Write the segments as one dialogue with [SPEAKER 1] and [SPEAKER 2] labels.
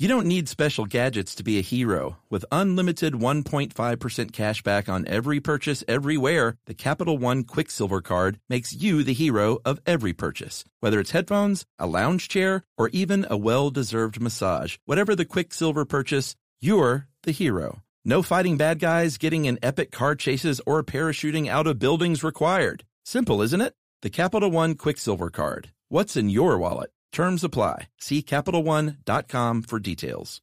[SPEAKER 1] You don't need special gadgets to be a hero. With unlimited 1.5% cashback on every purchase everywhere, the Capital One Quicksilver Card makes you the hero of every purchase. Whether it's headphones, a lounge chair, or even a well-deserved massage, whatever the Quicksilver purchase, you're the hero. No fighting bad guys, getting in epic car chases, or parachuting out of buildings required. Simple, isn't it? The Capital One Quicksilver Card. What's in your wallet? Terms apply. See CapitalOne.com for details.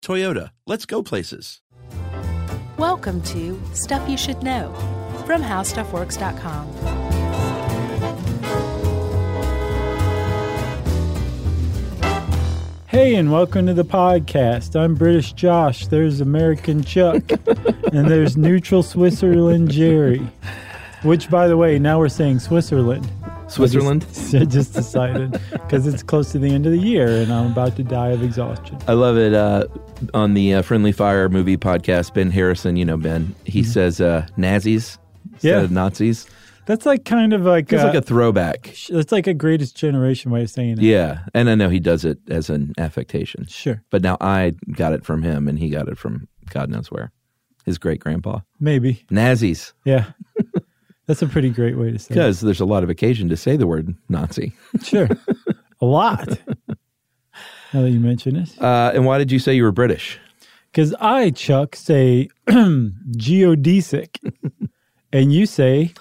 [SPEAKER 1] Toyota, let's go places.
[SPEAKER 2] Welcome to Stuff You Should Know from HowStuffWorks.com.
[SPEAKER 3] Hey, and welcome to the podcast. I'm British Josh. There's American Chuck, and there's neutral Switzerland Jerry. Which, by the way, now we're saying Switzerland.
[SPEAKER 1] Switzerland?
[SPEAKER 3] I just decided because it's close to the end of the year, and I'm about to die of exhaustion.
[SPEAKER 1] I love it. Uh, on the uh, Friendly Fire movie podcast, Ben Harrison, you know Ben, he says uh, Nazis instead
[SPEAKER 3] Yeah.
[SPEAKER 1] of Nazis.
[SPEAKER 3] That's like kind of like
[SPEAKER 1] It's
[SPEAKER 3] uh,
[SPEAKER 1] like a throwback.
[SPEAKER 3] that's like a Greatest Generation way of saying it.
[SPEAKER 1] Yeah, and I know he does it as an affectation.
[SPEAKER 3] Sure.
[SPEAKER 1] But now I got it from him, and he got it from God knows where, his great grandpa.
[SPEAKER 3] Maybe.
[SPEAKER 1] Nazis,
[SPEAKER 3] Yeah. that's a pretty great way to say it.
[SPEAKER 1] because there's a lot of occasion to say the word Nazi.
[SPEAKER 3] Sure. a lot. Now that you mention it.
[SPEAKER 1] Uh, and why did you say you were British?
[SPEAKER 3] Because I, Chuck, say geodesic, and you say,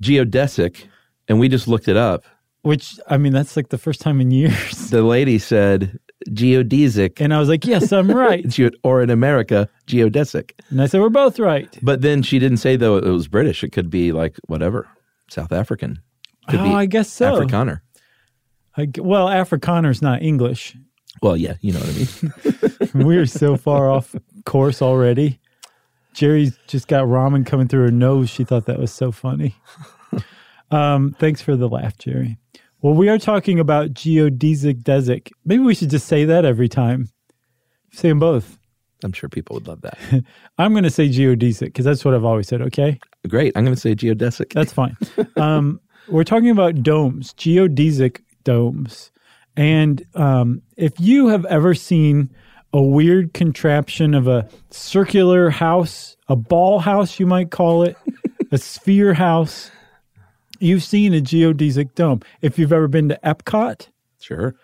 [SPEAKER 1] Geodesic, and we just looked it up.
[SPEAKER 3] which I mean, that's like the first time in years.
[SPEAKER 1] The lady said geodesic,
[SPEAKER 3] And I was like, yes, I'm right.
[SPEAKER 1] geo- or in America, geodesic.
[SPEAKER 3] And I said, we're both right.
[SPEAKER 1] But then she didn't say though it was British. It could be like whatever, South African. Could
[SPEAKER 3] oh,
[SPEAKER 1] be
[SPEAKER 3] I guess so.
[SPEAKER 1] Afrikaner.
[SPEAKER 3] I g- well, Afrikaner's not English.
[SPEAKER 1] Well, yeah, you know what I mean.
[SPEAKER 3] We're so far off course already. Jerry's just got ramen coming through her nose. She thought that was so funny. Um, thanks for the laugh, Jerry. Well, we are talking about geodesic desic. Maybe we should just say that every time. Say them both.
[SPEAKER 1] I'm sure people would love that.
[SPEAKER 3] I'm going to say geodesic because that's what I've always said. Okay,
[SPEAKER 1] Great. I'm going to say geodesic.
[SPEAKER 3] that's fine. um, we're talking about domes, geodesic domes, and um, if you have ever seen a weird contraption of a circular house, a ball house, you might call it, a sphere house, you've seen a geodesic dome. If you've ever been to Epcot,
[SPEAKER 1] sure.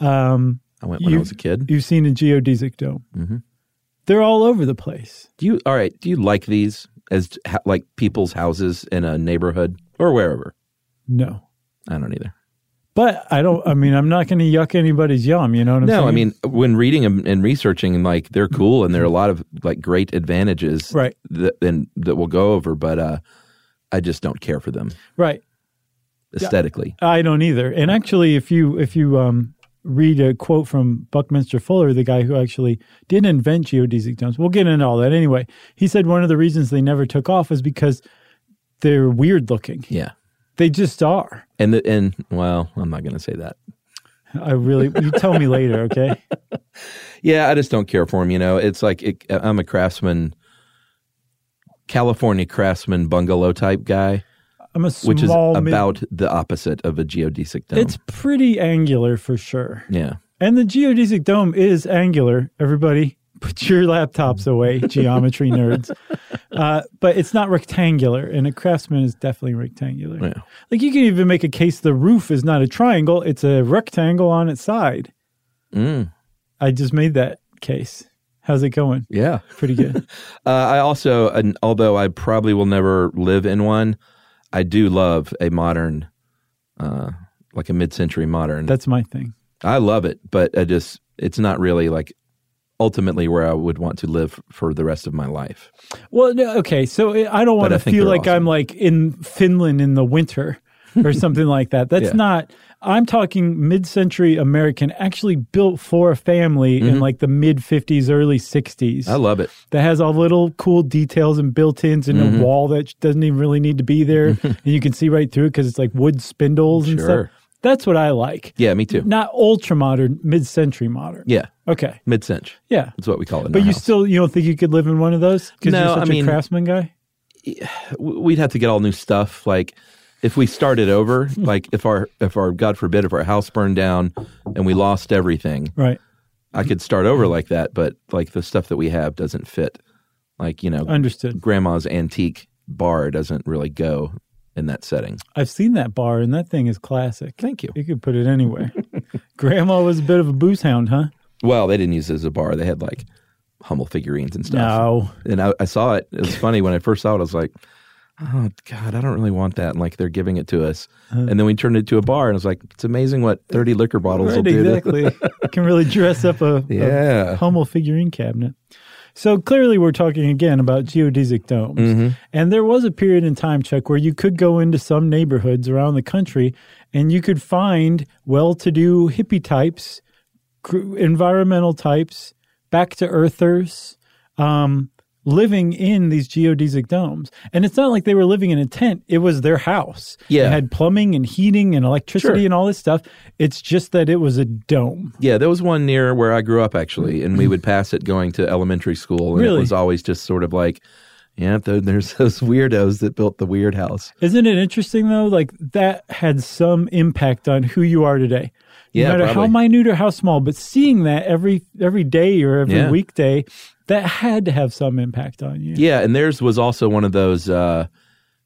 [SPEAKER 3] um,
[SPEAKER 1] I went when
[SPEAKER 3] you-
[SPEAKER 1] I was a kid.
[SPEAKER 3] you've seen a geodesic dome. They're all over the place.
[SPEAKER 1] do you all right? Do you like these as ha- like people's houses in a neighborhood or wherever?
[SPEAKER 3] No.
[SPEAKER 1] I don't either.
[SPEAKER 3] But I don't. I mean, I'm not going to yuck anybody's yum. You know what I'm saying?
[SPEAKER 1] No, I mean when reading 'em and researching, like they're cool and there are a lot of like great advantages,
[SPEAKER 3] Right.
[SPEAKER 1] That and that we'll go over, but uh, I just don't care for them
[SPEAKER 3] right?
[SPEAKER 1] aesthetically.
[SPEAKER 3] I don't either. And actually, if you if you um, read a quote from Buckminster Fuller, the guy who actually did invent geodesic domes, we'll get into all that anyway. He said one of the reasons they never took off was because they're weird looking.
[SPEAKER 1] Yeah,
[SPEAKER 3] They just are.
[SPEAKER 1] and the and well, I'm not going to say that.
[SPEAKER 3] I really. You tell me later, okay?
[SPEAKER 1] Yeah, I just don't care for them. You know, it's like it, uh, I'm a craftsman, California craftsman bungalow type guy,
[SPEAKER 3] I'm a
[SPEAKER 1] which is
[SPEAKER 3] small. mid-
[SPEAKER 1] about the opposite of a geodesic dome.
[SPEAKER 3] it's pretty angular for sure.
[SPEAKER 1] yeah.
[SPEAKER 3] And the geodesic dome is angular. Everybody, put your laptops away, geometry nerds. Uh, but it's not rectangular, and a craftsman is definitely rectangular.
[SPEAKER 1] Yeah.
[SPEAKER 3] Like you can even make a case the roof is not a triangle, it's a rectangle on its side.
[SPEAKER 1] Mm,
[SPEAKER 3] I just made that case. How's it going?
[SPEAKER 1] yeah.
[SPEAKER 3] Pretty good.
[SPEAKER 1] Uh, I also, and although I probably will never live in one, I do love a modern, uh, like a mid-century modern.
[SPEAKER 3] That's my thing.
[SPEAKER 1] I love it, but I just it's not really like ultimately where I would want to live for the rest of my life.
[SPEAKER 3] Well, no, okay. So I I don't want
[SPEAKER 1] I
[SPEAKER 3] to
[SPEAKER 1] think
[SPEAKER 3] feel
[SPEAKER 1] they're
[SPEAKER 3] like
[SPEAKER 1] awesome.
[SPEAKER 3] I'm like in Finland in the winter or something like that. That's
[SPEAKER 1] Yeah.
[SPEAKER 3] not. I'm talking mid century American, actually built for a family in like the mid 50s, early 60s.
[SPEAKER 1] Mm-hmm. I love it.
[SPEAKER 3] that has all little cool details and built-ins and
[SPEAKER 1] Mm-hmm.
[SPEAKER 3] a wall that doesn't even really need to be there, and you can see right through it because it's like wood spindles and stuff.
[SPEAKER 1] Sure.
[SPEAKER 3] That's what I like.
[SPEAKER 1] Yeah, me too.
[SPEAKER 3] Not ultra modern, mid-century modern.
[SPEAKER 1] Yeah,
[SPEAKER 3] Okay.
[SPEAKER 1] mid cinch.
[SPEAKER 3] Yeah.
[SPEAKER 1] That's what we call it. in
[SPEAKER 3] But
[SPEAKER 1] our
[SPEAKER 3] you
[SPEAKER 1] house.
[SPEAKER 3] still you don't think you could live in one of those because
[SPEAKER 1] No,
[SPEAKER 3] you're
[SPEAKER 1] I
[SPEAKER 3] such
[SPEAKER 1] mean-
[SPEAKER 3] a craftsman guy.
[SPEAKER 1] w- we'd have to get all new stuff. Like if we started over, like if our if our God forbid if our house burned down and we lost everything,
[SPEAKER 3] Right.
[SPEAKER 1] I could start over
[SPEAKER 3] Mm-hmm.
[SPEAKER 1] like that. But like the stuff that we have doesn't fit. Like you know,
[SPEAKER 3] Understood.
[SPEAKER 1] grandma's antique bar doesn't really go in that setting.
[SPEAKER 3] I've seen that bar and that thing is classic.
[SPEAKER 1] Thank you.
[SPEAKER 3] You could put it anywhere. Grandma was a bit of a booze hound, huh?
[SPEAKER 1] Well, they didn't use it as a bar. They had like Hummel figurines and stuff.
[SPEAKER 3] No.
[SPEAKER 1] And I, I saw it. It was funny when I first saw it. I was like, "Oh God, I don't really want that." And like they're giving it to us,
[SPEAKER 3] Uh-huh.
[SPEAKER 1] and then we turned it to a bar, and I was like, "It's amazing what thirty liquor bottles will
[SPEAKER 3] Right,
[SPEAKER 1] do." to-
[SPEAKER 3] exactly. Can really dress up a, a
[SPEAKER 1] Yeah.
[SPEAKER 3] Hummel figurine cabinet. So clearly, we're talking again about geodesic domes.
[SPEAKER 1] Mm-hmm.
[SPEAKER 3] And there was a period in time, Chuck, where you could go into some neighborhoods around the country and you could find well to do hippie types, cr- environmental types, back to earthers. Um, living in these geodesic domes and it's not like they were living in a tent it was their house
[SPEAKER 1] Yeah.
[SPEAKER 3] it had plumbing and heating and electricity
[SPEAKER 1] Sure.
[SPEAKER 3] and all this stuff it's just that it was a dome
[SPEAKER 1] Yeah, there was one near where I grew up actually, and we would pass it going to elementary school, and it
[SPEAKER 3] Really?
[SPEAKER 1] was always just sort of like, yeah, th- there's those weirdos that built the weird house.
[SPEAKER 3] Isn't it interesting though? Like that had some impact on who you are today. No
[SPEAKER 1] Yeah,
[SPEAKER 3] matter how
[SPEAKER 1] probably.
[SPEAKER 3] minute or how small, but seeing that every every day or every
[SPEAKER 1] Yeah.
[SPEAKER 3] weekday, that had to have some impact on you.
[SPEAKER 1] Yeah, and theirs was also one of those. Uh,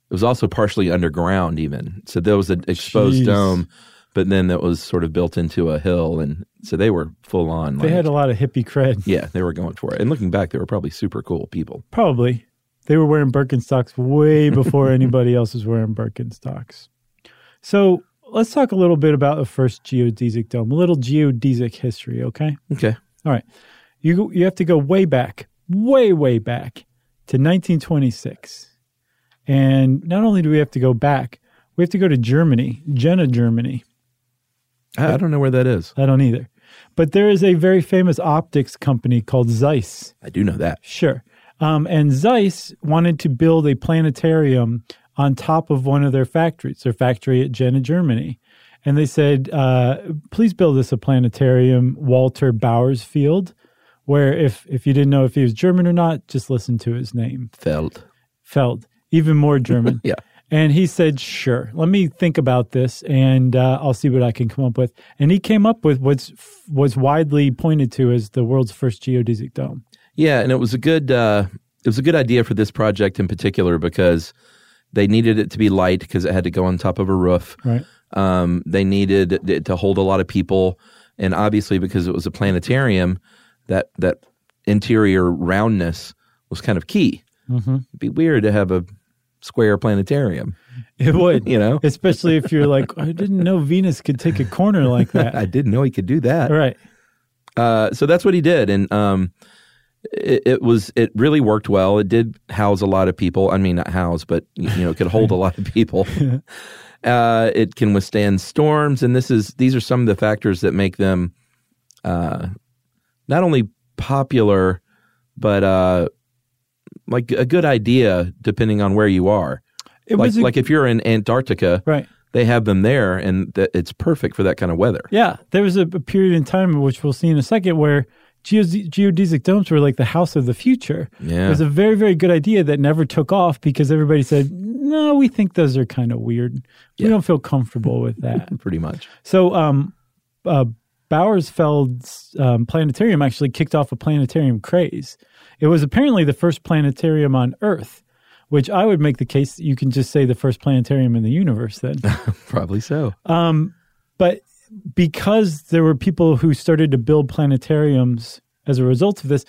[SPEAKER 1] it was also partially underground, even so. There was an exposed
[SPEAKER 3] Jeez.
[SPEAKER 1] dome, but then that was sort of built into a hill, and so they were full on.
[SPEAKER 3] They
[SPEAKER 1] like-
[SPEAKER 3] had a lot of hippie cred.
[SPEAKER 1] yeah, they were going for it. And looking back, they were probably super cool people.
[SPEAKER 3] Probably. They were wearing Birkenstocks way before anybody else was wearing Birkenstocks. So let's talk a little bit about the first geodesic dome, a little geodesic history, okay?
[SPEAKER 1] Okay,
[SPEAKER 3] All right. You you have to go way back, way way back to 1926. And not only do we have to go back, we have to go to Germany, Jena, Germany.
[SPEAKER 1] I, I don't know where that is.
[SPEAKER 3] I don't either. But there is a very famous optics company called Zeiss.
[SPEAKER 1] I do know that.
[SPEAKER 3] Sure. Um, and Zeiss wanted to build a planetarium on top of one of their factories, their factory at Jena, Germany. And they said, uh, please build us a planetarium, Walter Bowersfield, where if, if you didn't know if he was German or not, just listen to his name,
[SPEAKER 1] Felt.
[SPEAKER 3] Feld, even more German.
[SPEAKER 1] Yeah.
[SPEAKER 3] And he said, sure, let me think about this and uh, I'll see what I can come up with. And he came up with what's, was widely pointed to as the world's first geodesic dome.
[SPEAKER 1] Yeah, and it was a good uh, it was a good idea for this project in particular because they needed it to be light because it had to go on top of a roof.
[SPEAKER 3] Right.
[SPEAKER 1] Um, they needed it to hold a lot of people, and obviously because it was a planetarium, that that interior roundness was kind of key.
[SPEAKER 3] Mm-hmm.
[SPEAKER 1] It'd be weird to have a square planetarium,
[SPEAKER 3] It would.
[SPEAKER 1] you know.
[SPEAKER 3] especially if you're like, I didn't know Venus could take a corner like
[SPEAKER 1] I
[SPEAKER 3] that.
[SPEAKER 1] didn't know he could do that.
[SPEAKER 3] right.
[SPEAKER 1] Uh, so that's what he did, and um, it, it was it really worked well. It did house a lot of people. I mean, not house, but you, you know, it could hold a lot of people. uh, it can withstand storms, and this is these are some of the factors that make them uh, not only popular, but uh, like a good idea depending on where you are.
[SPEAKER 3] It
[SPEAKER 1] like
[SPEAKER 3] was a-
[SPEAKER 1] like if you're in Antarctica,
[SPEAKER 3] right.
[SPEAKER 1] they have them there, and th- it's perfect for that kind of weather.
[SPEAKER 3] Yeah. There was a, a period in time, which we'll see in a second, where geodes- geodesic domes were like the house of the future.
[SPEAKER 1] Yeah.
[SPEAKER 3] It was a very, very good idea that never took off because everybody said, no, we think those are kind of weird. We
[SPEAKER 1] Yeah.
[SPEAKER 3] don't feel comfortable with that.
[SPEAKER 1] Pretty much.
[SPEAKER 3] So, um, uh, Bowersfeld's um, planetarium actually kicked off a planetarium craze. It was apparently the first planetarium on Earth, which I would make the case that you can just say the first planetarium in the universe then.
[SPEAKER 1] Probably so.
[SPEAKER 3] Uh, but because there were people who started to build planetariums as a result of this,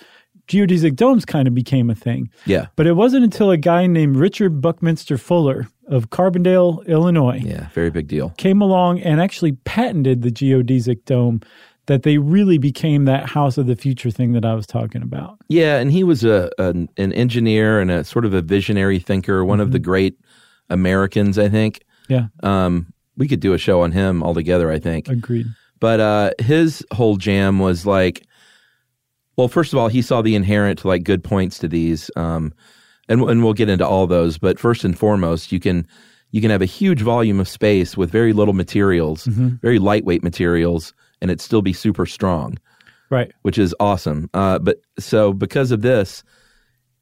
[SPEAKER 3] geodesic domes kind of became a thing.
[SPEAKER 1] yeah.
[SPEAKER 3] But it wasn't until a guy named Richard Buckminster Fuller of Carbondale, Illinois,
[SPEAKER 1] Yeah, very big deal.
[SPEAKER 3] came along and actually patented the geodesic dome that they really became that house of the future thing that I was talking about.
[SPEAKER 1] Yeah, and he was a an, an engineer and a Mm-hmm. sort of a visionary thinker, one of the great Americans, I think.
[SPEAKER 3] Yeah.
[SPEAKER 1] Um, we could do a show on him altogether, I think.
[SPEAKER 3] Agreed.
[SPEAKER 1] But uh, his whole jam was like, well, first of all, he saw the inherent like good points to these, um, and and we'll get into all those. But first and foremost, you can you can have a huge volume of space with very little materials, very lightweight materials, and it still be super strong,
[SPEAKER 3] Right.
[SPEAKER 1] which is awesome. Uh, but so because of this,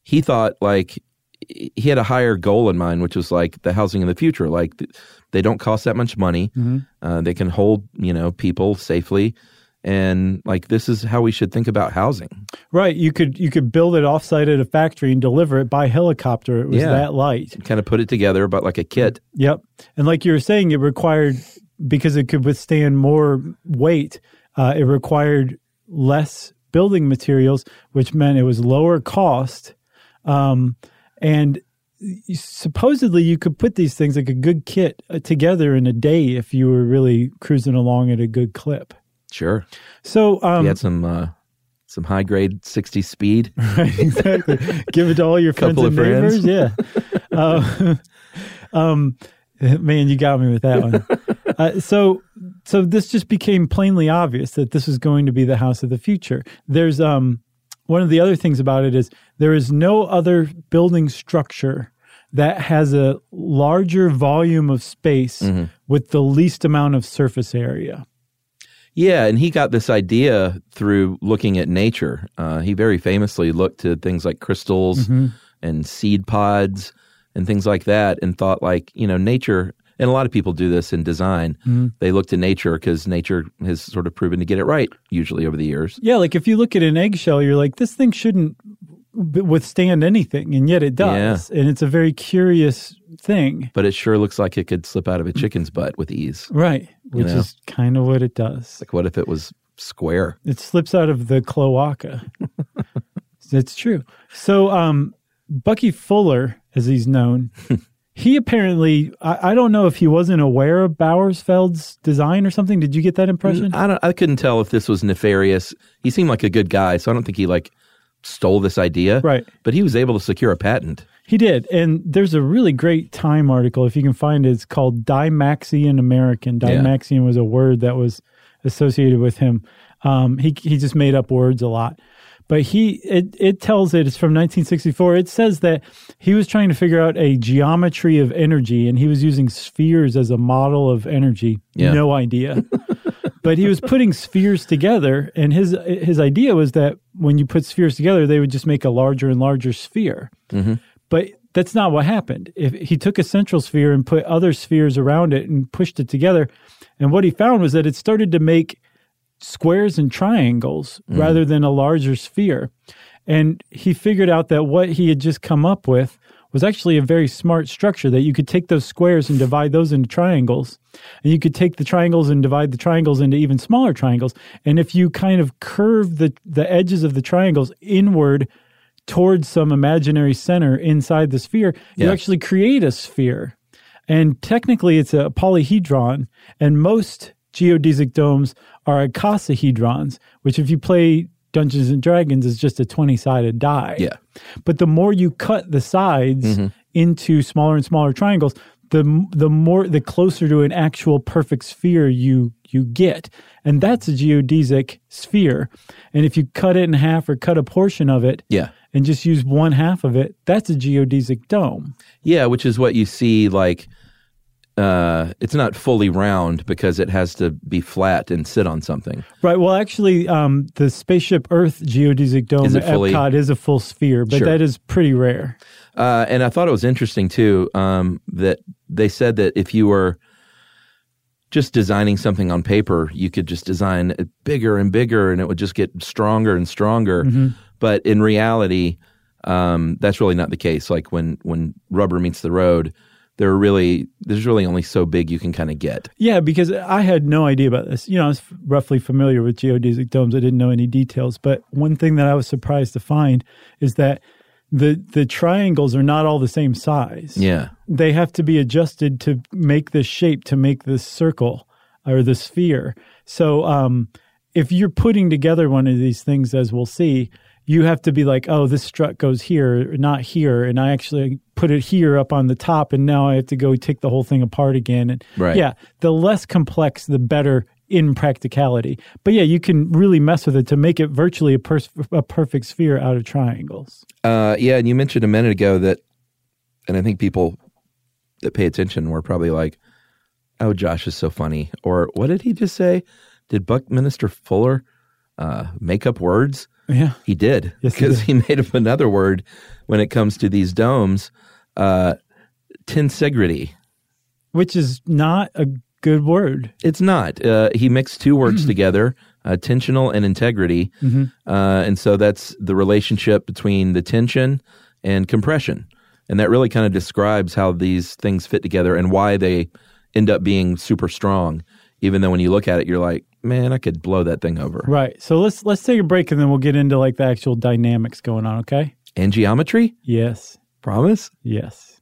[SPEAKER 1] he thought like he had a higher goal in mind, which was like the housing in the future. Like th- they don't cost that much money. Uh, they can hold you know people safely, and like this is how we should think about housing.
[SPEAKER 3] Right. You could you could build it offsite at a factory and deliver it by helicopter. It was
[SPEAKER 1] Yeah.
[SPEAKER 3] that light.
[SPEAKER 1] Kind of put it together, but like a kit.
[SPEAKER 3] Yep. And like you were saying, it required because it could withstand more weight. Uh, it required less building materials, which meant it was lower cost. Um, and you- supposedly, you could put these things like a good kit uh, together in a day if you were really cruising along at a good clip.
[SPEAKER 1] Sure,
[SPEAKER 3] So um,
[SPEAKER 1] he had some uh, some high grade sixty speed.
[SPEAKER 3] Right, exactly. Give it to all your friends
[SPEAKER 1] Couple
[SPEAKER 3] and
[SPEAKER 1] of friends.
[SPEAKER 3] neighbors. Yeah. Uh, um, man, you got me with that one. Uh, so, so this just became plainly obvious that this was going to be the house of the future. There's um, one of the other things about it is there is no other building structure that has a larger volume of space
[SPEAKER 1] Mm-hmm.
[SPEAKER 3] with the least amount of surface area.
[SPEAKER 1] Yeah, and he got this idea through looking at nature. Uh, he very famously looked to things like crystals and seed pods and things like that, and thought like you know nature. And a lot of people do this in design. They look to nature because nature has sort of proven to get it right usually over the years.
[SPEAKER 3] Yeah, like if you look at an eggshell, you're like, this thing shouldn't b- withstand anything, and yet it does. And it's a very curious thing,
[SPEAKER 1] But it sure looks like it could slip out of a chicken's butt with ease.
[SPEAKER 3] right? Which
[SPEAKER 1] know.
[SPEAKER 3] is kind of what it does.
[SPEAKER 1] Like what if it was square?
[SPEAKER 3] It slips out of the cloaca. That's true. So, um, Bucky Fuller, as he's known, he apparently, I, I don't know if he wasn't aware of Bowersfeld's design or something. Did you get that impression?
[SPEAKER 1] I don't. I couldn't tell if this was nefarious. He seemed like a good guy, so I don't think he like stole this idea.
[SPEAKER 3] Right.
[SPEAKER 1] But he was able to secure a patent.
[SPEAKER 3] He did. And there's a really great Time article, if you can find it. It's called Dimaxian American.
[SPEAKER 1] Yeah.
[SPEAKER 3] Dimaxian was a word that was associated with him. Um, he, he just made up words a lot. But he it, it tells it, it's from 1964. It says that he was trying to figure out a geometry of energy and he was using spheres as a model of energy.
[SPEAKER 1] Yeah.
[SPEAKER 3] No idea. but he was putting spheres together and his his idea was that when you put spheres together they would just make a larger and larger sphere but that's not what happened if he took a central sphere and put other spheres around it and pushed it together and what he found was that it started to make squares and triangles rather than a larger sphere and he figured out that what he had just come up with was actually a very smart structure that you could take those squares and divide those into triangles. And you could take the triangles and divide the triangles into even smaller triangles. And if you kind of curve the, the edges of the triangles inward towards some imaginary center inside the sphere, you
[SPEAKER 1] Yeah.
[SPEAKER 3] actually create a sphere. And technically, it's a polyhedron. And most geodesic domes are icosahedrons, which, if you play Dungeons and Dragons, is just a 20 sided die.
[SPEAKER 1] Yeah. Mm-hmm.
[SPEAKER 3] But the more you cut the sides into smaller and smaller triangles, the m- the more the closer to an actual perfect sphere you you get, and that's a geodesic sphere. And if you cut it in half or cut a portion of it,
[SPEAKER 1] Yeah.
[SPEAKER 3] and just use one half of it, that's a geodesic dome.
[SPEAKER 1] Yeah, which is what you see like uh it's not fully round because it has to be flat and sit on something.
[SPEAKER 3] Right. Well, actually, um, the Spaceship Earth geodesic dome
[SPEAKER 1] Is it
[SPEAKER 3] at
[SPEAKER 1] fully-
[SPEAKER 3] Epcot is a full sphere, but
[SPEAKER 1] Sure.
[SPEAKER 3] that is pretty rare.
[SPEAKER 1] Uh and I thought it was interesting too um that they said that if you were just designing something on paper, you could just design it bigger and bigger and it would just get stronger and stronger. But in reality, um, that's really not the case. Like when when rubber meets the road, there are really there's really only so big you can kind of get.
[SPEAKER 3] Yeah, because I had no idea about this. You know, I was f- roughly familiar with geodesic domes. I didn't know any details, but one thing that I was surprised to find is that the the triangles are not all the same size.
[SPEAKER 1] Yeah.
[SPEAKER 3] They have to be adjusted to make this shape, to make this circle or the sphere. So, um, if you're putting together one of these things, as we'll see, you have to be like, oh, this strut goes here, not here, and I actually put it here up on the top, and now I have to go take the whole thing apart again. And
[SPEAKER 1] Right.
[SPEAKER 3] yeah, the less complex, the better in practicality. But yeah, you can really mess with it to make it virtually a, pers- a perfect sphere out of triangles.
[SPEAKER 1] Uh, yeah, and you mentioned a minute ago that, and I think people that pay attention were probably like, "Oh, Josh is so funny," or "What did he just say? Did Buckminster Fuller uh, make up words?"
[SPEAKER 3] Yeah.
[SPEAKER 1] He did
[SPEAKER 3] Yes, he
[SPEAKER 1] because he, made up another word when it comes to these domes, uh, tensegrity.
[SPEAKER 3] Which is not a good word.
[SPEAKER 1] It's not. Uh, he mixed two words together, uh, tensional and integrity, uh, and so that's the relationship between the tension and compression, and that really kind of describes how these things fit together and why they end up being super strong. Even though when you look at it, you're like, man, I could blow that thing over.
[SPEAKER 3] Right. So let's let's take a break and then we'll get into like the actual dynamics going on, okay?
[SPEAKER 1] And geometry,
[SPEAKER 3] Yes.
[SPEAKER 1] promise.
[SPEAKER 3] Yes.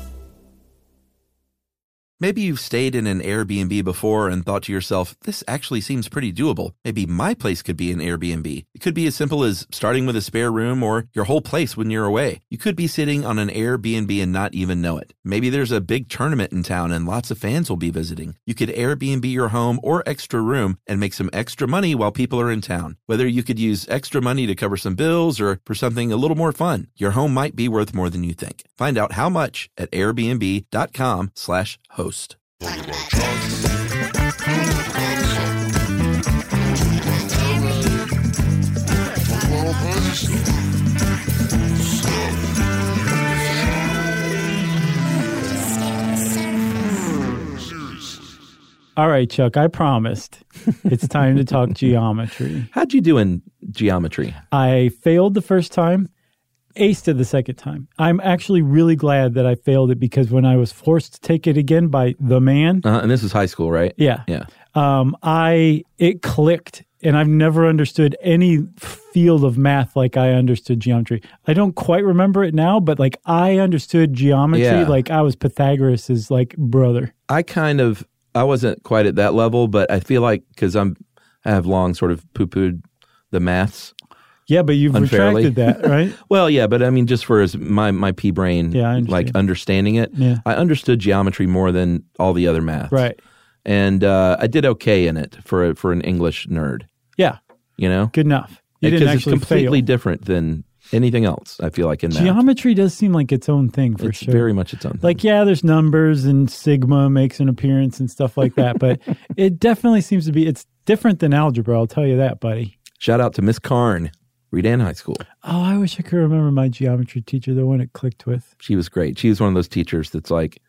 [SPEAKER 1] Maybe you've stayed in an Airbnb before and thought to yourself, this actually seems pretty doable. Maybe my place could be an Airbnb. It could be as simple as starting with a spare room or your whole place when you're away. You could be sitting on an Airbnb and not even know it. Maybe there's a big tournament in town and lots of fans will be visiting. You could Airbnb your home or extra room and make some extra money while people are in town. Whether you could use extra money to cover some bills or for something a little more fun, your home might be worth more than you think. Find out how much at airbnb.com slash host.
[SPEAKER 3] All right, Chuck, I promised. It's time to talk geometry.
[SPEAKER 1] How'd you do in geometry?
[SPEAKER 3] I failed the first time, aced it the second time. I'm actually really glad that I failed it because when I was forced to take it again by the man,
[SPEAKER 1] Uh, and this is high school, right?
[SPEAKER 3] yeah,
[SPEAKER 1] Yeah.
[SPEAKER 3] um, I it clicked, and I've never understood any field of math like I understood geometry. I don't quite remember it now, but like I understood geometry
[SPEAKER 1] Yeah.
[SPEAKER 3] like I was Pythagoras's like brother.
[SPEAKER 1] I kind of, I wasn't quite at that level, but I feel like because I'm, I have long sort of poo pooed the maths.
[SPEAKER 3] Yeah, but you've
[SPEAKER 1] Unfairly.
[SPEAKER 3] retracted that, right?
[SPEAKER 1] Well, yeah, but I mean, just for as my my pea brain,
[SPEAKER 3] Yeah, I understand.
[SPEAKER 1] like understanding it,
[SPEAKER 3] Yeah.
[SPEAKER 1] I understood geometry more than all the other math,
[SPEAKER 3] right.
[SPEAKER 1] And uh, I did okay in it for a, for an English nerd,
[SPEAKER 3] Yeah,
[SPEAKER 1] you know,
[SPEAKER 3] good enough. You
[SPEAKER 1] because
[SPEAKER 3] didn't
[SPEAKER 1] it's
[SPEAKER 3] actually
[SPEAKER 1] completely
[SPEAKER 3] fail.
[SPEAKER 1] different than anything else. I feel like in math,
[SPEAKER 3] Geometry does seem like its own thing for
[SPEAKER 1] it's
[SPEAKER 3] sure.
[SPEAKER 1] very much its own. Thing.
[SPEAKER 3] like yeah there's numbers and sigma makes an appearance and stuff like that but it definitely seems to be it's different than algebra i'll tell you that buddy
[SPEAKER 1] shout out to Miss Carn, Redan High School.
[SPEAKER 3] oh i wish i could remember my geometry teacher the one it clicked with
[SPEAKER 1] she was great. She was one of those teachers that's like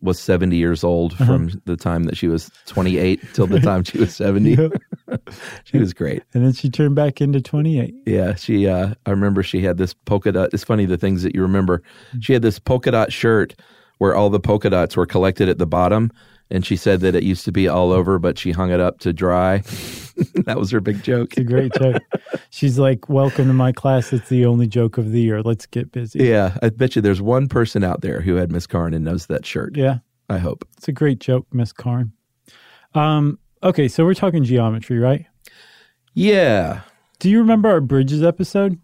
[SPEAKER 1] was 70 years old
[SPEAKER 3] Uh-huh.
[SPEAKER 1] from the time that she was 28 till the time she was 70.
[SPEAKER 3] Yep.
[SPEAKER 1] She was great.
[SPEAKER 3] and then she turned back into 28
[SPEAKER 1] Yeah, she uh I remember she had this polka dot. It's funny the things that you remember.
[SPEAKER 3] Mm-hmm.
[SPEAKER 1] She had this polka dot shirt where all the polka dots were collected at the bottom and she said that it used to be all over but she hung it up to dry. that was her big joke.
[SPEAKER 3] it's a great joke she's like welcome to my class it's the only joke of the year let's get busy
[SPEAKER 1] Yeah, I bet you there's one person out there who had Miss Carn and knows that shirt.
[SPEAKER 3] yeah
[SPEAKER 1] I hope.
[SPEAKER 3] it's a great joke miss carn um okay so we're talking geometry right
[SPEAKER 1] Yeah.
[SPEAKER 3] do you remember our bridges episode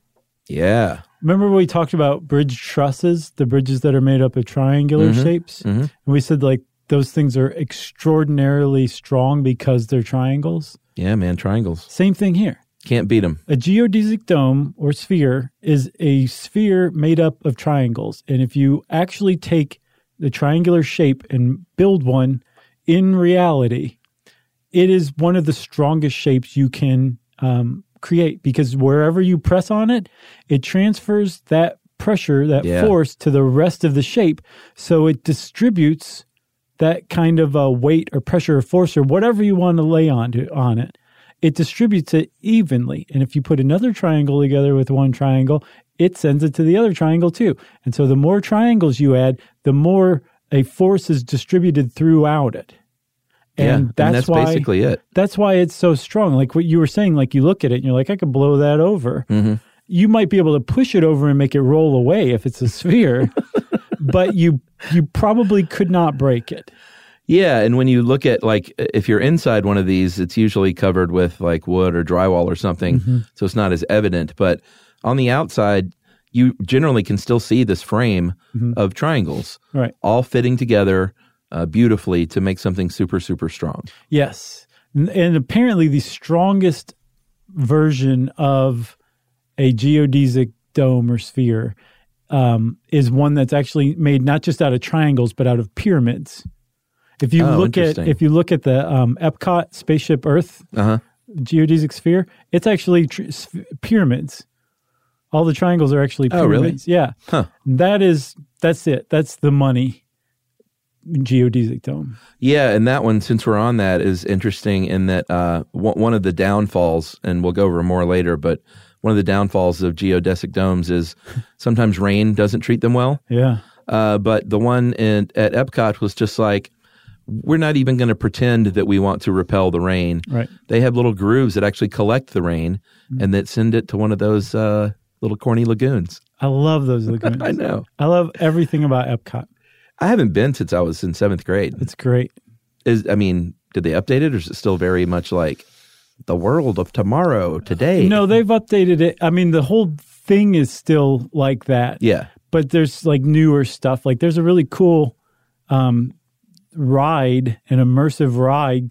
[SPEAKER 1] Yeah.
[SPEAKER 3] Remember we talked about bridge trusses, the bridges that are made up of triangular shapes? And we said like those things are extraordinarily strong because they're triangles.
[SPEAKER 1] Yeah, man, triangles.
[SPEAKER 3] Same thing here.
[SPEAKER 1] Can't beat them.
[SPEAKER 3] A geodesic dome or sphere is a sphere made up of triangles. And if you actually take the triangular shape and build one in reality, it is one of the strongest shapes you can um, create because wherever you press on it, it transfers that pressure, that
[SPEAKER 1] Yeah.
[SPEAKER 3] force to the rest of the shape. So it distributes that kind of uh, weight or pressure or force or whatever you want to lay onto on it. It distributes it evenly. And if you put another triangle together with one triangle, it sends it to the other triangle too. And so the more triangles you add, the more a force is distributed throughout it.
[SPEAKER 1] yeah,
[SPEAKER 3] And that's,
[SPEAKER 1] that's
[SPEAKER 3] why
[SPEAKER 1] basically it.
[SPEAKER 3] that's why it's so strong. Like what you were saying, like you look at it and you're like, I could blow that over.
[SPEAKER 1] Mm-hmm.
[SPEAKER 3] You might be able to push it over and make it roll away if it's a sphere, but you you probably could not break it.
[SPEAKER 1] Yeah, and when you look at like if you're inside one of these, it's usually covered with like wood or drywall or something, so it's not as evident. But on the outside, you generally can still see this frame of triangles,
[SPEAKER 3] Right.
[SPEAKER 1] all fitting together uh, beautifully to make something super super strong.
[SPEAKER 3] Yes. N- And apparently the strongest version of a geodesic dome or sphere um, is one that's actually made not just out of triangles but out of pyramids. If you
[SPEAKER 1] Oh,
[SPEAKER 3] look at
[SPEAKER 1] interesting.
[SPEAKER 3] if you look at the um, Epcot spaceship Earth
[SPEAKER 1] Uh-huh.
[SPEAKER 3] geodesic sphere, it's actually tr- s- pyramids. All the triangles are actually
[SPEAKER 1] Oh, really?
[SPEAKER 3] pyramids. Yeah.
[SPEAKER 1] Huh.
[SPEAKER 3] That is that's it. That's the money geodesic dome.
[SPEAKER 1] Yeah, and that one, since we're on that, is interesting in that uh, one one of the downfalls, and we'll go over more later, but one of the downfalls of geodesic domes is sometimes rain doesn't treat them well.
[SPEAKER 3] Yeah.
[SPEAKER 1] Uh, but the one in, at Epcot was just like, we're not even going to pretend that we want to repel the rain.
[SPEAKER 3] Right. Mm-hmm.
[SPEAKER 1] They have little grooves that actually collect the rain and that send it to one of those uh, little corny lagoons.
[SPEAKER 3] I love those lagoons.
[SPEAKER 1] I know.
[SPEAKER 3] I love everything about Epcot.
[SPEAKER 1] I haven't been since I was in seventh grade.
[SPEAKER 3] It's great.
[SPEAKER 1] Is I mean, did they update it, or is it still very much like the world of tomorrow today?
[SPEAKER 3] No, they've updated it. I mean, the whole thing is still like that.
[SPEAKER 1] Yeah.
[SPEAKER 3] But there's like newer stuff. Like there's a really cool um, ride, an immersive ride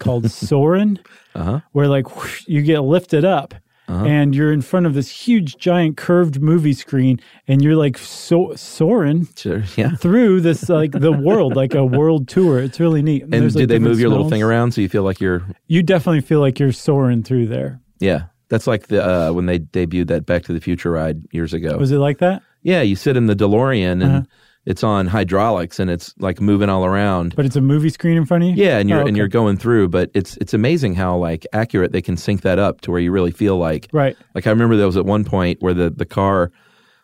[SPEAKER 3] called Soarin',
[SPEAKER 1] Uh-huh.
[SPEAKER 3] where like whoosh, you get lifted up. And you're in front of this huge, giant, curved movie screen, and you're like so- soaring
[SPEAKER 1] Sure. Yeah.
[SPEAKER 3] through this, like the world, like a world tour. It's really neat.
[SPEAKER 1] And
[SPEAKER 3] there's,
[SPEAKER 1] do
[SPEAKER 3] like,
[SPEAKER 1] they move
[SPEAKER 3] different
[SPEAKER 1] your little
[SPEAKER 3] smells.
[SPEAKER 1] thing around so you feel like you're?
[SPEAKER 3] You definitely feel like you're soaring through there.
[SPEAKER 1] Yeah. That's like the uh, when they debuted that Back to the Future ride years ago.
[SPEAKER 3] Was it like that?
[SPEAKER 1] Yeah, you sit in the DeLorean and
[SPEAKER 3] Uh-huh.
[SPEAKER 1] it's on hydraulics and it's like moving all around.
[SPEAKER 3] But it's a movie screen in front of you.
[SPEAKER 1] Yeah, and you're
[SPEAKER 3] Oh, okay.
[SPEAKER 1] and you're going through, but it's it's amazing how like accurate they can sync that up to where you really feel like
[SPEAKER 3] right.
[SPEAKER 1] like I remember there was at one point where the the car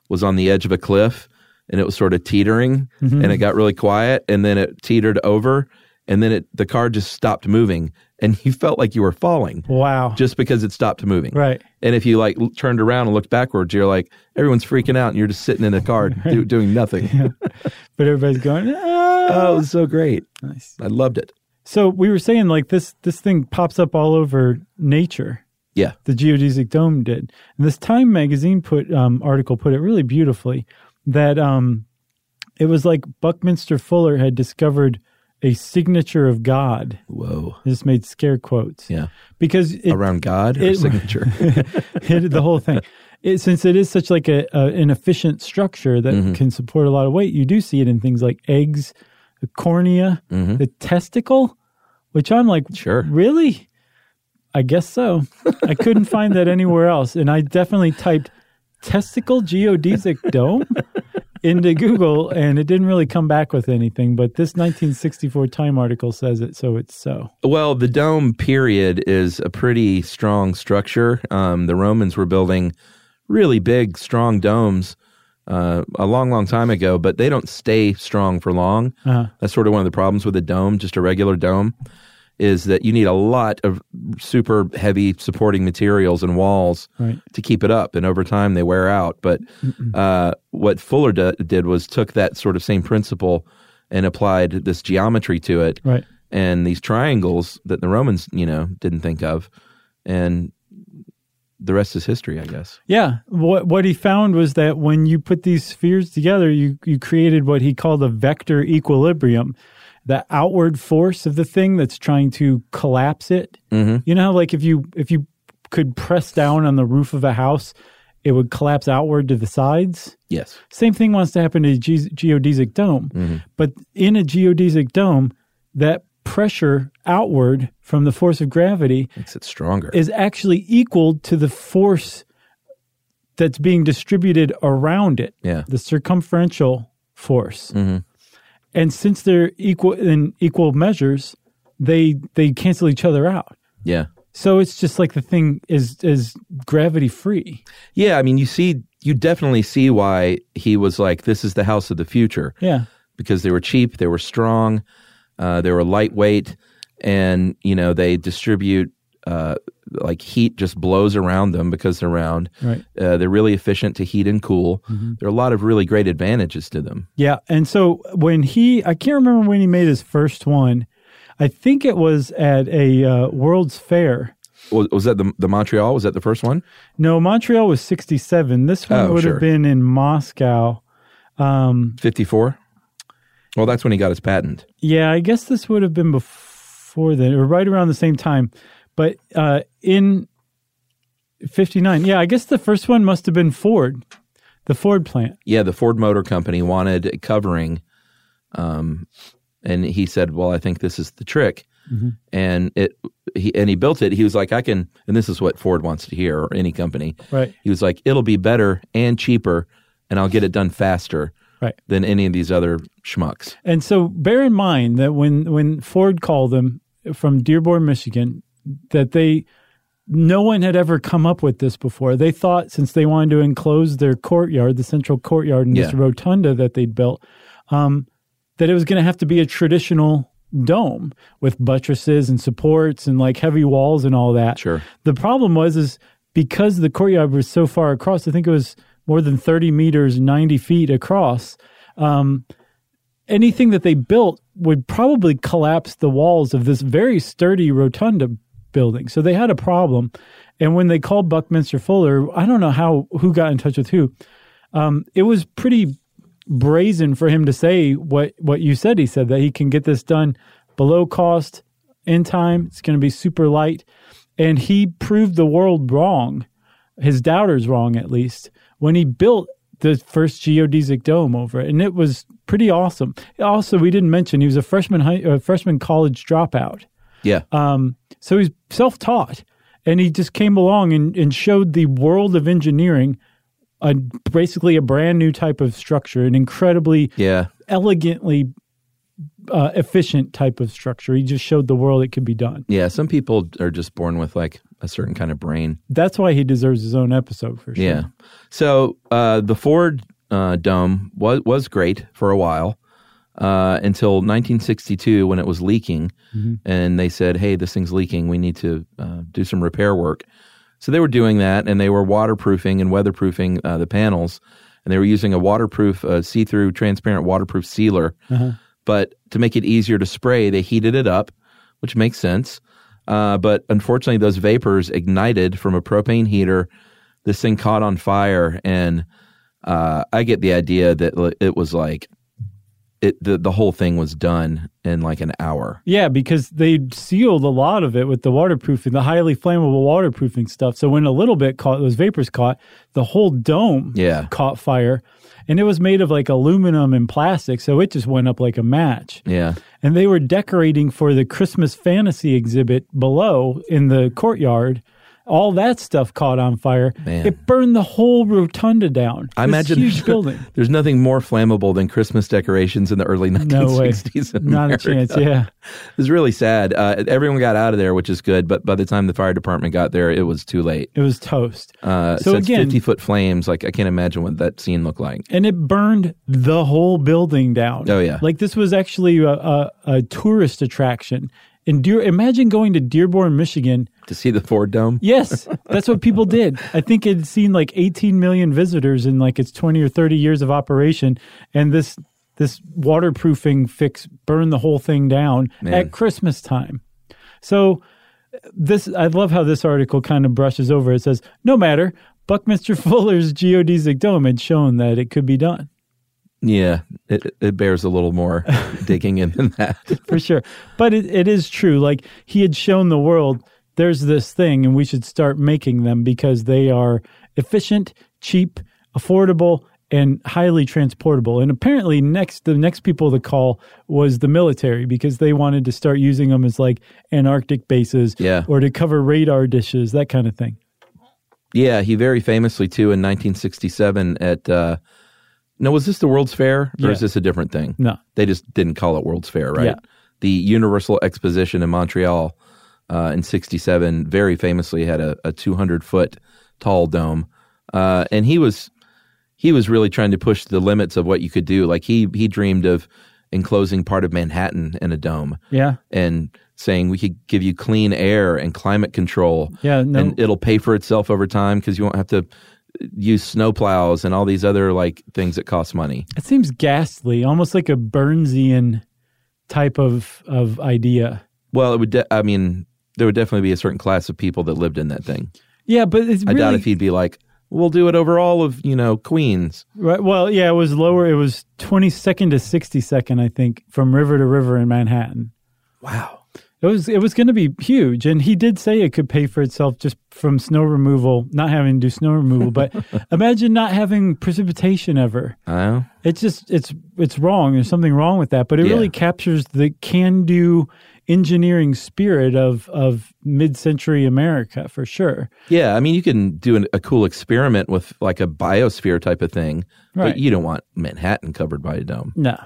[SPEAKER 1] was on the edge of a cliff and it was sort of teetering
[SPEAKER 3] Mm-hmm.
[SPEAKER 1] and it got really quiet and then it teetered over and then it the car just stopped moving and you felt like you were falling
[SPEAKER 3] Wow.
[SPEAKER 1] just because it stopped moving.
[SPEAKER 3] Right.
[SPEAKER 1] And if you like l- turned around and looked backwards, you're like everyone's freaking out, and you're just sitting in a car do, doing nothing.
[SPEAKER 3] but everybody's going. Ah.
[SPEAKER 1] oh, it was so great!
[SPEAKER 3] Nice.
[SPEAKER 1] I loved it.
[SPEAKER 3] So we were saying like this. This thing pops up all over nature.
[SPEAKER 1] Yeah,
[SPEAKER 3] The geodesic dome did, and this Time magazine put um, article put it really beautifully that um, it was like Buckminster Fuller had discovered a signature of God.
[SPEAKER 1] whoa,
[SPEAKER 3] I just made scare quotes
[SPEAKER 1] yeah,
[SPEAKER 3] because it,
[SPEAKER 1] around God or
[SPEAKER 3] it-
[SPEAKER 1] signature.
[SPEAKER 3] it, the whole thing. It, since it is such like a, a an efficient structure that can support a lot of weight, you do see it in things like eggs, the cornea, the testicle, which I'm like,
[SPEAKER 1] Sure.
[SPEAKER 3] really? I guess so. I couldn't find that anywhere else, and I definitely typed testicle geodesic dome into Google, and it didn't really come back with anything. But this 1964 Time article says it, so it's so.
[SPEAKER 1] well, the dome period is a pretty strong structure. Um, the Romans were building really big, strong domes. Uh, a long, long time ago, but they don't stay strong for long.
[SPEAKER 3] Uh,
[SPEAKER 1] That's sort of one of the problems with a dome, just a regular dome, is that you need a lot of super heavy supporting materials and walls
[SPEAKER 3] Right.
[SPEAKER 1] to keep it up. And over time, they wear out. But uh, what Fuller d- did was took that sort of same principle and applied this geometry to it,
[SPEAKER 3] right.
[SPEAKER 1] and these triangles that the Romans, you know, didn't think of, and the rest is history, I guess.
[SPEAKER 3] Yeah. What what he found was that when you put these spheres together, you you created what he called a vector equilibrium. the outward force of the thing that's trying to collapse it.
[SPEAKER 1] Mhm.
[SPEAKER 3] You know, how, like if you if you could press down on the roof of a house, it would collapse outward to the sides.
[SPEAKER 1] Yes.
[SPEAKER 3] Same thing wants to happen to a ge- geodesic dome, but in a geodesic dome, that pressure outward from the force of gravity
[SPEAKER 1] Makes it stronger.
[SPEAKER 3] is actually equal to the force that's being distributed around it.
[SPEAKER 1] Yeah. Mm-hmm.
[SPEAKER 3] The circumferential force. And since they're equal in equal measures, they they cancel each other out.
[SPEAKER 1] yeah.
[SPEAKER 3] So it's just like the thing is is gravity free.
[SPEAKER 1] Yeah. I mean, you see, you definitely see why he was like, this is the house of the future
[SPEAKER 3] Yeah.
[SPEAKER 1] because they were cheap, they were strong, uh, they were lightweight, and, you know, they distribute. Uh, like heat just blows around them because they're round.
[SPEAKER 3] Right.
[SPEAKER 1] Uh, they're really efficient to heat and cool. There are a lot of really great advantages to them.
[SPEAKER 3] Yeah. And so when he, I can't remember when he made his first one. I think it was at a uh, World's Fair.
[SPEAKER 1] Was, was that the, the Montreal? Was that the first one?
[SPEAKER 3] No, Montreal was 67. This one
[SPEAKER 1] Oh,
[SPEAKER 3] would
[SPEAKER 1] sure.
[SPEAKER 3] have been in Moscow.
[SPEAKER 1] 54? Well, that's when he got his patent.
[SPEAKER 3] Yeah, I guess this would have been before then, or right around the same time. But uh, in 59, yeah, I guess the first one must have been Ford, the Ford plant.
[SPEAKER 1] Yeah, the Ford Motor Company wanted a covering. Um, and he said, Well, I think this is the trick.
[SPEAKER 3] Mm-hmm.
[SPEAKER 1] And it, he, and he built it. He was like, I can, and this is what Ford wants to hear or any company.
[SPEAKER 3] Right.
[SPEAKER 1] He was like, it'll be better and cheaper, and I'll get it done faster
[SPEAKER 3] Right.
[SPEAKER 1] than any of these other schmucks.
[SPEAKER 3] And so bear in mind that when, when Ford called them from Dearborn, Michigan, that they no one had ever come up with this before. They thought since they wanted to enclose their courtyard, the central courtyard and this
[SPEAKER 1] Yeah.
[SPEAKER 3] rotunda that they'd built, um, that it was going to have to be a traditional dome with buttresses and supports and like heavy walls and all that.
[SPEAKER 1] Sure.
[SPEAKER 3] The problem was is because the courtyard was so far across, I think it was more than 30 meters, 90 feet across, um, anything that they built would probably collapse the walls of this very sturdy rotunda building. So they had a problem. And when they called Buckminster Fuller, I don't know how who got in touch with who. Um, it was pretty brazen for him to say what what you said. He said that he can get this done below cost in time. It's going to be super light, and he proved the world wrong, his doubters wrong at least, when he built the first geodesic dome over it, and it was pretty awesome. Also, we didn't mention he was a freshman high, uh, freshman college dropout.
[SPEAKER 1] Yeah.
[SPEAKER 3] Uh, So he's self taught and he just came along and, and showed the world of engineering a, basically a brand new type of structure, an incredibly
[SPEAKER 1] yeah.
[SPEAKER 3] elegantly uh, efficient type of structure. He just showed the world it could be done.
[SPEAKER 1] Yeah. Some people are just born with like a certain kind of brain.
[SPEAKER 3] That's why he deserves his own episode for sure.
[SPEAKER 1] Yeah. So uh, the Ford uh, Dome was was great for a while uh, until 1962 when it was leaking,
[SPEAKER 3] Mm-hmm.
[SPEAKER 1] and they said, "Hey, this thing's leaking. We need to uh, do some repair work." So they were doing that, and they were waterproofing and weatherproofing uh, the panels, and they were using a waterproof, uh, see-through, transparent waterproof sealer.
[SPEAKER 3] Uh-huh.
[SPEAKER 1] But to make it easier to spray, they heated it up, which makes sense. Uh, but unfortunately, those vapors ignited from a propane heater. This thing caught on fire, and uh, I get the idea that li- it was like it the, the whole thing was done in like an hour.
[SPEAKER 3] Yeah, because they sealed a lot of it with the waterproofing, the highly flammable waterproofing stuff. So when a little bit caught, those vapors caught, the whole dome
[SPEAKER 1] Yeah.
[SPEAKER 3] caught fire. And it was made of like aluminum and plastic. So it just went up like a match.
[SPEAKER 1] Yeah,
[SPEAKER 3] And they were decorating for the Christmas fantasy exhibit below in the courtyard. All that stuff caught on fire.
[SPEAKER 1] Man.
[SPEAKER 3] It burned the whole rotunda down.
[SPEAKER 1] I
[SPEAKER 3] This
[SPEAKER 1] imagine
[SPEAKER 3] huge building.
[SPEAKER 1] There's nothing more flammable than Christmas decorations in the early
[SPEAKER 3] No way.
[SPEAKER 1] 1960s. in
[SPEAKER 3] Not a
[SPEAKER 1] America.
[SPEAKER 3] chance. Yeah.
[SPEAKER 1] It was really sad. Uh, everyone got out of there, which is good. But by the time the fire department got there, it was too late.
[SPEAKER 3] It was toast.
[SPEAKER 1] Uh,
[SPEAKER 3] So
[SPEAKER 1] since
[SPEAKER 3] again-
[SPEAKER 1] 50 foot flames, like I can't imagine what that scene looked like.
[SPEAKER 3] and it burned the whole building down.
[SPEAKER 1] Oh, yeah.
[SPEAKER 3] like this was actually a, a, a tourist attraction. And Dear, imagine going to Dearborn, Michigan.
[SPEAKER 1] To see the Ford Dome?
[SPEAKER 3] Yes, that's what people did. I think it'd seen like 18 million visitors in like its 20 or 30 years of operation, and this this waterproofing fix burned the whole thing down at Christmas time. So this I love how this article kind of brushes over. It says, "No matter, Buckminster Fuller's geodesic dome had shown that it could be done."
[SPEAKER 1] Yeah, it, it bears a little more digging in than that.
[SPEAKER 3] for sure. But it, it is true. Like he had shown the world there's this thing, and we should start making them because they are efficient, cheap, affordable, and highly transportable. And apparently, next the next people to call was the military because they wanted to start using them as like Antarctic bases,
[SPEAKER 1] Yeah.
[SPEAKER 3] or to cover radar dishes, that kind of thing.
[SPEAKER 1] Yeah, he very famously too in 1967 at uh no, was this the World's Fair or
[SPEAKER 3] Yeah.
[SPEAKER 1] is this a different thing?
[SPEAKER 3] No.
[SPEAKER 1] they just didn't call it World's Fair, right?
[SPEAKER 3] Yeah.
[SPEAKER 1] The Universal Exposition in Montreal uh, in '67 very famously had a, a 200 foot tall dome, uh, and he was he was really trying to push the limits of what you could do. Like he he dreamed of enclosing part of Manhattan in a dome
[SPEAKER 3] Yeah,
[SPEAKER 1] and saying we could give you clean air and climate control.
[SPEAKER 3] Yeah, no-
[SPEAKER 1] and it'll pay for itself over time because you won't have to uh, use snow plows and all these other like things that cost money.
[SPEAKER 3] it seems ghastly, almost like a Burnsian type of of idea.
[SPEAKER 1] Well, it would. De- I mean, there would definitely be a certain class of people that lived in that thing.
[SPEAKER 3] Yeah, but it's
[SPEAKER 1] I
[SPEAKER 3] really,
[SPEAKER 1] doubt if he'd be like, "We'll do it over all of you know Queens."
[SPEAKER 3] Right. Well, yeah, it was lower. It was 22nd to 62nd, I think, from river to river in Manhattan.
[SPEAKER 1] Wow.
[SPEAKER 3] It was it was going to be huge, and he did say it could pay for itself just from snow removal, not having to do snow removal. But imagine not having precipitation ever.
[SPEAKER 1] Oh,
[SPEAKER 3] It's just it's it's wrong. There's something wrong with that. But it
[SPEAKER 1] Yeah.
[SPEAKER 3] really captures the can-do engineering spirit of of mid-century America for sure.
[SPEAKER 1] yeah. I mean, you can do an, a cool experiment with like a biosphere type of thing,
[SPEAKER 3] Right.
[SPEAKER 1] but you don't want Manhattan covered by a dome.
[SPEAKER 3] No,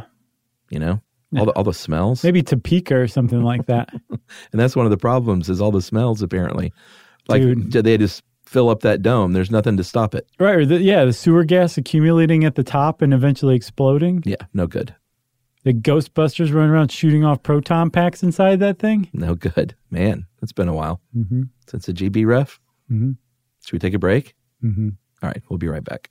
[SPEAKER 1] You know, all the all the smells.
[SPEAKER 3] maybe Topeka or something like that.
[SPEAKER 1] And that's one of the problems is all the smells apparently. Like
[SPEAKER 3] Dude.
[SPEAKER 1] do they just fill up that dome. There's nothing to stop it.
[SPEAKER 3] Right. Or the, yeah, the sewer gas accumulating at the top and eventually exploding.
[SPEAKER 1] Yeah, no good.
[SPEAKER 3] The Ghostbusters running around shooting off proton packs inside that thing.
[SPEAKER 1] No good. Man, it's been a while since the GB ref. Mm-hmm. Should we take a break? Mm-hmm. right, we'll be right back.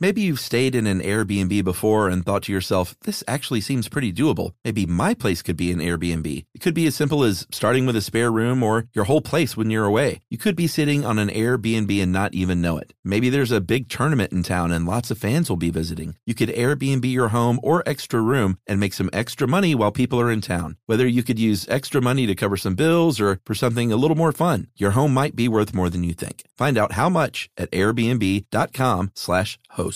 [SPEAKER 1] Maybe you've stayed in an Airbnb before and thought to yourself, this actually seems pretty doable. Maybe my place could be an Airbnb. It could be as simple as starting with a spare room or your whole place when you're away. You could be sitting on an Airbnb and not even know it. Maybe there's a big tournament in town and lots of fans will be visiting. You could Airbnb your home or extra room and make some extra money while people are in town. Whether you could use extra money to cover some bills or for something a little more fun, your home might be worth more than you think. Find out how much at airbnb.com slash host.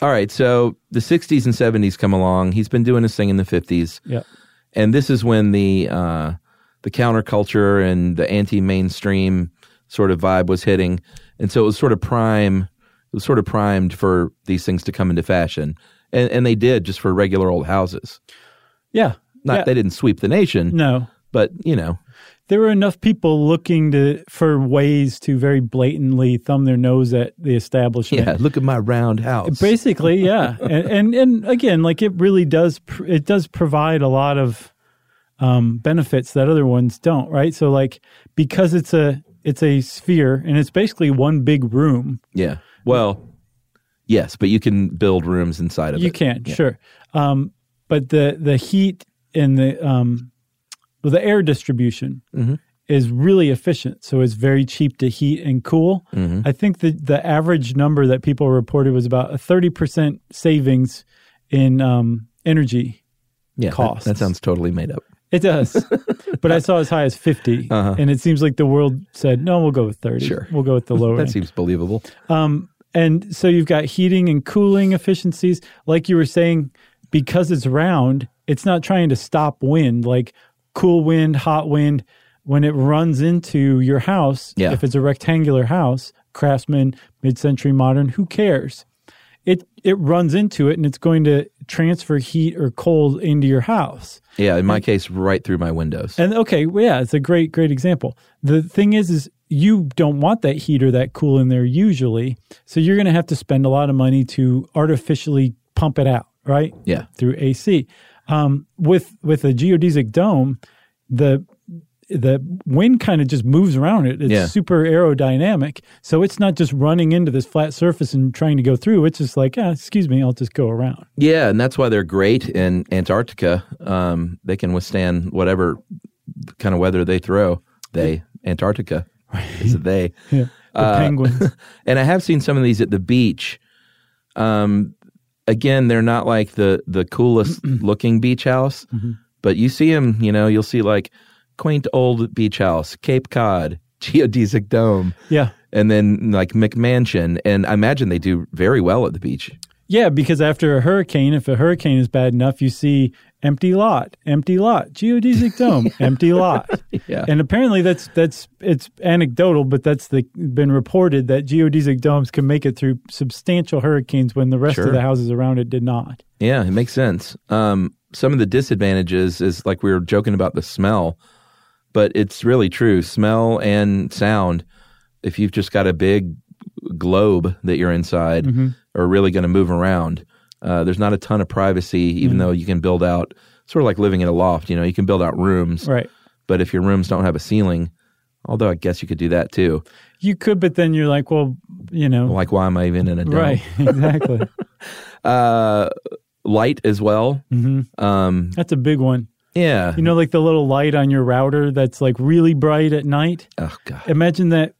[SPEAKER 1] All right, so the 60s and 70s come along. He's been doing his thing in the 50s.
[SPEAKER 3] Yep.
[SPEAKER 1] and this is when the uh, the counterculture and the anti-mainstream sort of vibe was hitting, and so it was sort of prime. It was sort of primed for these things to come into fashion, and and they did just for regular old houses.
[SPEAKER 3] Yeah.
[SPEAKER 1] Not
[SPEAKER 3] yeah.
[SPEAKER 1] they didn't sweep the nation,
[SPEAKER 3] No.
[SPEAKER 1] but you know,
[SPEAKER 3] There were enough people looking to for ways to very blatantly thumb their nose at the establishment.
[SPEAKER 1] yeah. Look at my round house.
[SPEAKER 3] Basically, yeah. and, and and again, like it really does pr- it does provide a lot of um, benefits that other ones don't, right? So like because it's a it's a sphere and it's basically one big room.
[SPEAKER 1] yeah. Well, yes, but you can build rooms inside of
[SPEAKER 3] you
[SPEAKER 1] it.
[SPEAKER 3] can sure um, but the the heat and the um, well, the air distribution
[SPEAKER 1] Mm-hmm.
[SPEAKER 3] is really efficient, so it's very cheap to heat and cool.
[SPEAKER 1] Mm-hmm.
[SPEAKER 3] I think the the average number that people reported was about a thirty percent savings in um, energy.
[SPEAKER 1] Yeah, that,
[SPEAKER 3] Costs.
[SPEAKER 1] that sounds totally made up.
[SPEAKER 3] It does, but I saw as high as 50 and it seems like the world said no. We'll go with thirty.
[SPEAKER 1] Uh-huh. Sure.
[SPEAKER 3] we'll go with the lower.
[SPEAKER 1] That
[SPEAKER 3] end.
[SPEAKER 1] seems believable.
[SPEAKER 3] And so you've got heating and cooling efficiencies. Like you were saying, because it's round, it's not trying to stop wind, like cool wind, hot wind. When it runs into your house,
[SPEAKER 1] Yeah.
[SPEAKER 3] if it's a rectangular house, craftsman, mid century modern, who cares? It, it runs into it and it's going to transfer heat or cold into your house.
[SPEAKER 1] Yeah, in my case, right through my windows.
[SPEAKER 3] And okay, well, yeah, it's a great, great example. The thing is, is you don't want that heat or that cool in there usually, so you're going to have to spend a lot of money to artificially pump it out, right?
[SPEAKER 1] Yeah.
[SPEAKER 3] through AC. Um, with with a geodesic dome, the the wind kind of just moves around it. It's
[SPEAKER 1] Yeah.
[SPEAKER 3] super aerodynamic, so it's not just running into this flat surface and trying to go through. It's just like, ah, excuse me, I'll just go around.
[SPEAKER 1] Yeah, and that's why they're great in Antarctica. Um, they can withstand whatever kind of weather they throw. They Antarctica is a they.
[SPEAKER 3] Yeah, the penguins.
[SPEAKER 1] And I have seen some of these at the beach. Um, again, they're not like the the coolest looking beach house, but you see them. You know, you'll see like quaint old beach house, Cape Cod, geodesic dome,
[SPEAKER 3] Yeah.
[SPEAKER 1] and then like McMansion. And I imagine they do very well at the beach.
[SPEAKER 3] Yeah, because after a hurricane, if a hurricane is bad enough, you see empty lot, empty lot, geodesic dome, empty lot.
[SPEAKER 1] Yeah.
[SPEAKER 3] And apparently that's that's it's anecdotal, but that's the been reported that geodesic domes can make it through substantial hurricanes when the rest
[SPEAKER 1] Sure.
[SPEAKER 3] of the houses around it did not.
[SPEAKER 1] Yeah, it makes sense. Um, some of the disadvantages is like we were joking about the smell, but it's really true. Smell and sound. If you've just got a big globe that you're inside,
[SPEAKER 3] Mm-hmm.
[SPEAKER 1] are really going to move around. Uh, there's not a ton of privacy, even
[SPEAKER 3] Mm.
[SPEAKER 1] though you can build out sort of like living in a loft. You know, you can build out rooms,
[SPEAKER 3] Right.
[SPEAKER 1] but if your rooms don't have a ceiling, although I guess you could do that too.
[SPEAKER 3] You could, but then you're like, well, you know,
[SPEAKER 1] Like, why am I even in a dome?
[SPEAKER 3] right, exactly.
[SPEAKER 1] Uh, light as well. Mm-hmm. Um,
[SPEAKER 3] That's a big one.
[SPEAKER 1] yeah.
[SPEAKER 3] Mm. You know, like the little light on your router that's like really bright at night.
[SPEAKER 1] oh God.
[SPEAKER 3] Imagine that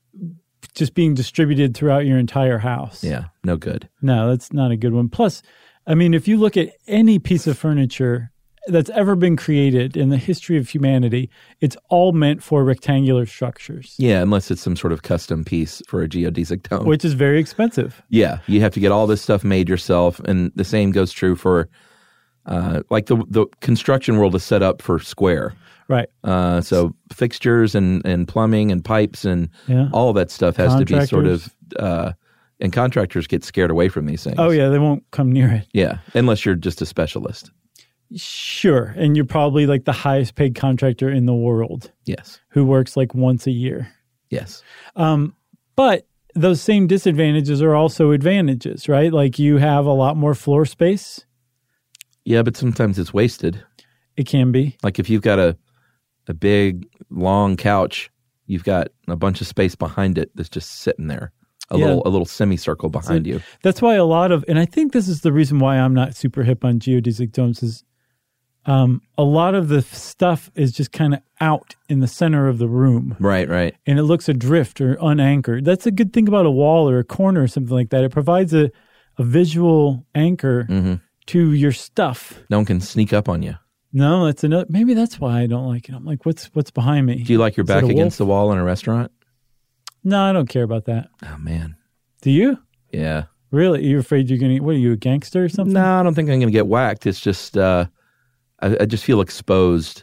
[SPEAKER 3] just being distributed throughout your entire house.
[SPEAKER 1] Yeah, no good.
[SPEAKER 3] No, that's not a good one. Plus, I mean, if you look at any piece of furniture that's ever been created in the history of humanity, it's all meant for rectangular structures,
[SPEAKER 1] Yeah, unless it's some sort of custom piece for a geodesic dome.
[SPEAKER 3] which is very expensive.
[SPEAKER 1] yeah, you have to get all this stuff made yourself, and the same goes true for uh, like the the construction world is set up for square.
[SPEAKER 3] Right.
[SPEAKER 1] Uh, so fixtures and, and plumbing and pipes and
[SPEAKER 3] Yeah.
[SPEAKER 1] all that stuff has to be sort
[SPEAKER 3] Contractors.
[SPEAKER 1] of uh, and contractors get scared away from these things.
[SPEAKER 3] Oh, yeah, they won't come near it.
[SPEAKER 1] yeah, unless you're just a specialist.
[SPEAKER 3] Sure. And you're probably like the highest paid contractor in the world
[SPEAKER 1] Yes,
[SPEAKER 3] who works like once a year.
[SPEAKER 1] yes,
[SPEAKER 3] But those same disadvantages are also advantages, right? Like you have a lot more floor space.
[SPEAKER 1] yeah, but sometimes it's wasted.
[SPEAKER 3] It can be.
[SPEAKER 1] Like if you've got a a big long couch, you've got a bunch of space behind it that's just sitting there. A
[SPEAKER 3] Yeah.
[SPEAKER 1] little a little semicircle behind you.
[SPEAKER 3] That's why a lot of, and I think this is the reason why I'm not super hip on geodesic domes is um, a lot of the stuff is just kind of out in the center of the room
[SPEAKER 1] Right, right.
[SPEAKER 3] and it looks adrift or unanchored. That's a good thing about a wall or a corner or something like that. It provides a, a visual anchor
[SPEAKER 1] Mm-hmm.
[SPEAKER 3] to your stuff.
[SPEAKER 1] No one can sneak up on you.
[SPEAKER 3] No, that's another, maybe that's why I don't like it. I'm like, what's, what's behind me?
[SPEAKER 1] Do you like your
[SPEAKER 3] Is it
[SPEAKER 1] back
[SPEAKER 3] a wolf?
[SPEAKER 1] against the wall in a restaurant?
[SPEAKER 3] No, I don't care about that.
[SPEAKER 1] Oh man.
[SPEAKER 3] Do you?
[SPEAKER 1] Yeah.
[SPEAKER 3] Really? You're afraid you're going to, what are you, a gangster or something?
[SPEAKER 1] No, I don't think I'm gonna get whacked. It's just uh I, I just feel exposed.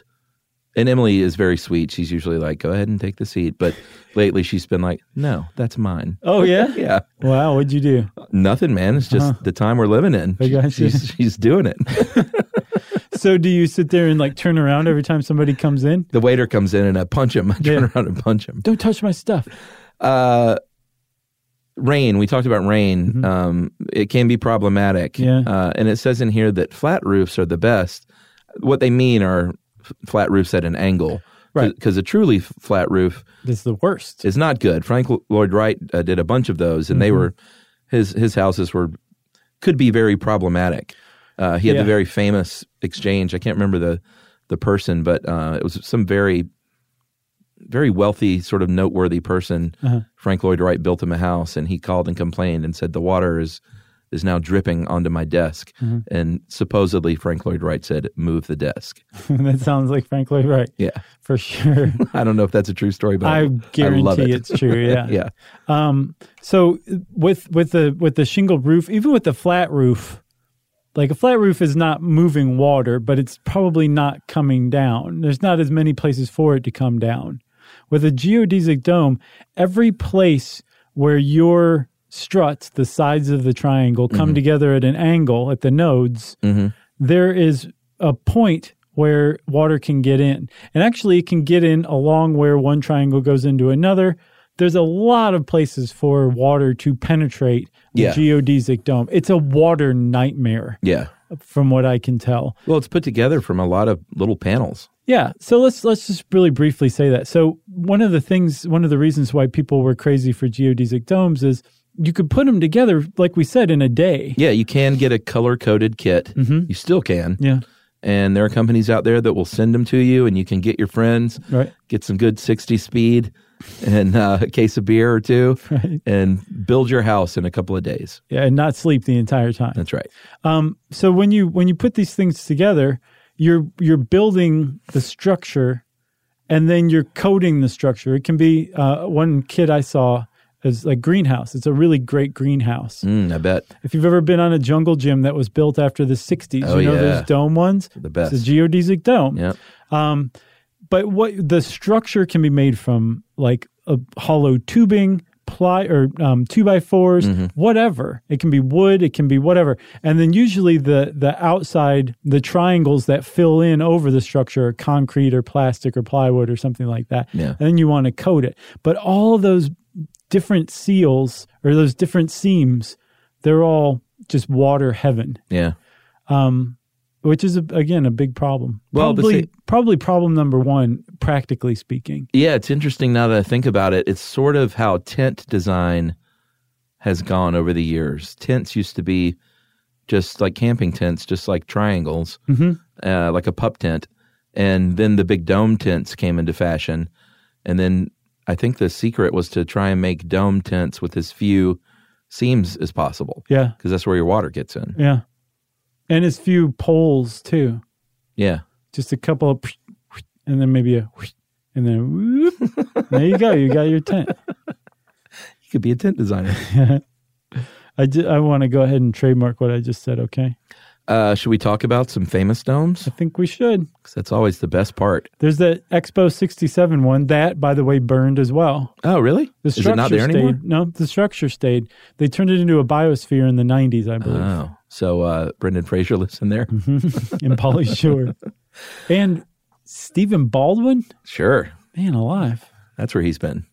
[SPEAKER 1] And Emily is very sweet. She's usually like, Go ahead and take the seat. But lately she's been like, No, that's mine.
[SPEAKER 3] Oh, yeah?
[SPEAKER 1] Yeah.
[SPEAKER 3] Wow, what'd you do?
[SPEAKER 1] Nothing, man. It's
[SPEAKER 3] Uh-huh.
[SPEAKER 1] just the time we're living in.
[SPEAKER 3] I got you.
[SPEAKER 1] She's she's doing it.
[SPEAKER 3] So do you sit there and like turn around every time somebody comes in?
[SPEAKER 1] the waiter comes in and I punch him. I turn
[SPEAKER 3] Yeah.
[SPEAKER 1] around and punch him.
[SPEAKER 3] Don't touch my stuff.
[SPEAKER 1] Rain. We talked about rain. Um, it can be problematic.
[SPEAKER 3] Mm-hmm. Yeah.
[SPEAKER 1] Uh, and it says in here that flat roofs are the best. What they mean are f- flat roofs at an angle.
[SPEAKER 3] Right.
[SPEAKER 1] Because a truly f- flat roof
[SPEAKER 3] That's the worst.
[SPEAKER 1] is not good. Frank L- Lloyd Wright uh, did a
[SPEAKER 3] Mm-hmm.
[SPEAKER 1] bunch of those, and they were his his houses were could be very problematic. Uh, he had
[SPEAKER 3] Yeah.
[SPEAKER 1] the very famous exchange. I can't remember the the person, but uh, it was some very very wealthy, sort of noteworthy person.
[SPEAKER 3] Uh-huh.
[SPEAKER 1] Frank Lloyd Wright built him a house, and he called and complained and said the water is is now dripping onto my desk.
[SPEAKER 3] Mm-hmm.
[SPEAKER 1] And supposedly Frank Lloyd Wright said, "Move the desk."
[SPEAKER 3] that sounds like Frank Lloyd Wright.
[SPEAKER 1] Yeah,
[SPEAKER 3] For sure.
[SPEAKER 1] I don't know if that's a true story, but I,
[SPEAKER 3] I guarantee
[SPEAKER 1] love it.
[SPEAKER 3] it's true. Yeah.
[SPEAKER 1] yeah,
[SPEAKER 3] So uh, with with the with the shingle roof, even with the flat roof, like a flat roof is not moving water, but it's probably not coming down. There's not as many places for it to come down. With a geodesic dome, every place where your struts, the sides of the triangle, come together at an angle at the nodes, there is a point where water can get in. And actually, it can get in along where one triangle goes into another. There's a lot of places for water to penetrate the
[SPEAKER 1] Yeah.
[SPEAKER 3] geodesic dome. It's a water nightmare,
[SPEAKER 1] yeah.
[SPEAKER 3] from what I can tell.
[SPEAKER 1] Well, it's put together from a lot of little panels.
[SPEAKER 3] Yeah. So let's let's just really briefly say that. So one of the things, one of the reasons why people were crazy for geodesic domes is you could put them together, like we said, in a day.
[SPEAKER 1] Yeah, you can get a color coded kit. You still can.
[SPEAKER 3] Mm-hmm. Yeah.
[SPEAKER 1] And there are companies out there that will send them to you, and you can get your friends,
[SPEAKER 3] Right.
[SPEAKER 1] get some good 60 speed and uh, a case of beer or two, and build your house in a couple of days.
[SPEAKER 3] Yeah, and not sleep the entire time.
[SPEAKER 1] That's right.
[SPEAKER 3] so when you when you put these things together you're you're building the structure and then you're coding the structure it can be uh, one kid i saw is like greenhouse it's a really great greenhouse
[SPEAKER 1] Mm, I bet.
[SPEAKER 3] if you've ever been on a jungle gym that was built after the 60s
[SPEAKER 1] Oh,
[SPEAKER 3] you know
[SPEAKER 1] yeah.
[SPEAKER 3] those dome ones
[SPEAKER 1] The best.
[SPEAKER 3] it's a geodesic dome
[SPEAKER 1] Yeah.
[SPEAKER 3] but what the structure can be made from like a hollow tubing ply or um, two by 4s
[SPEAKER 1] Mm-hmm.
[SPEAKER 3] whatever it can be wood it can be whatever and then usually the the outside the triangles that fill in over the structure are concrete or plastic or plywood or something like that
[SPEAKER 1] Yeah.
[SPEAKER 3] and then you want to coat it but all of those different seals or those different seams they're all just water heaven
[SPEAKER 1] Yeah.
[SPEAKER 3] which is a, again a big problem
[SPEAKER 1] Well, the
[SPEAKER 3] probably
[SPEAKER 1] se-
[SPEAKER 3] probably problem number one practically speaking
[SPEAKER 1] Yeah, it's interesting now that I think about it. It's sort of how tent design has gone over the years. Tents used to be just like camping tents, just like triangles, uh, like a pup tent. And then the big dome tents came into fashion. And then I think the secret was to try and make dome tents with as few seams as possible.
[SPEAKER 3] Yeah,
[SPEAKER 1] Because that's where your water gets in.
[SPEAKER 3] yeah, and as few poles too.
[SPEAKER 1] Yeah.
[SPEAKER 3] Just a couple of, and then maybe a, and then whoop. there you go. You got your tent.
[SPEAKER 1] You could be a tent designer.
[SPEAKER 3] I ju- I want to go ahead and trademark what I just said. Okay,
[SPEAKER 1] uh, should we talk about some famous domes?
[SPEAKER 3] I think we should.
[SPEAKER 1] 'Cause that's always the best part.
[SPEAKER 3] There's that Expo '67 one that, by the way, burned as well.
[SPEAKER 1] Oh, really?
[SPEAKER 3] The
[SPEAKER 1] Is it not there
[SPEAKER 3] stayed.
[SPEAKER 1] anymore?
[SPEAKER 3] No, the structure stayed. They turned it into a biosphere in the '90s, I believe,
[SPEAKER 1] Oh, so uh, Brendan Fraser lives in there?
[SPEAKER 3] in Polly Shore, and Stephen Baldwin.
[SPEAKER 1] Sure.
[SPEAKER 3] Man alive.
[SPEAKER 1] That's where he's been.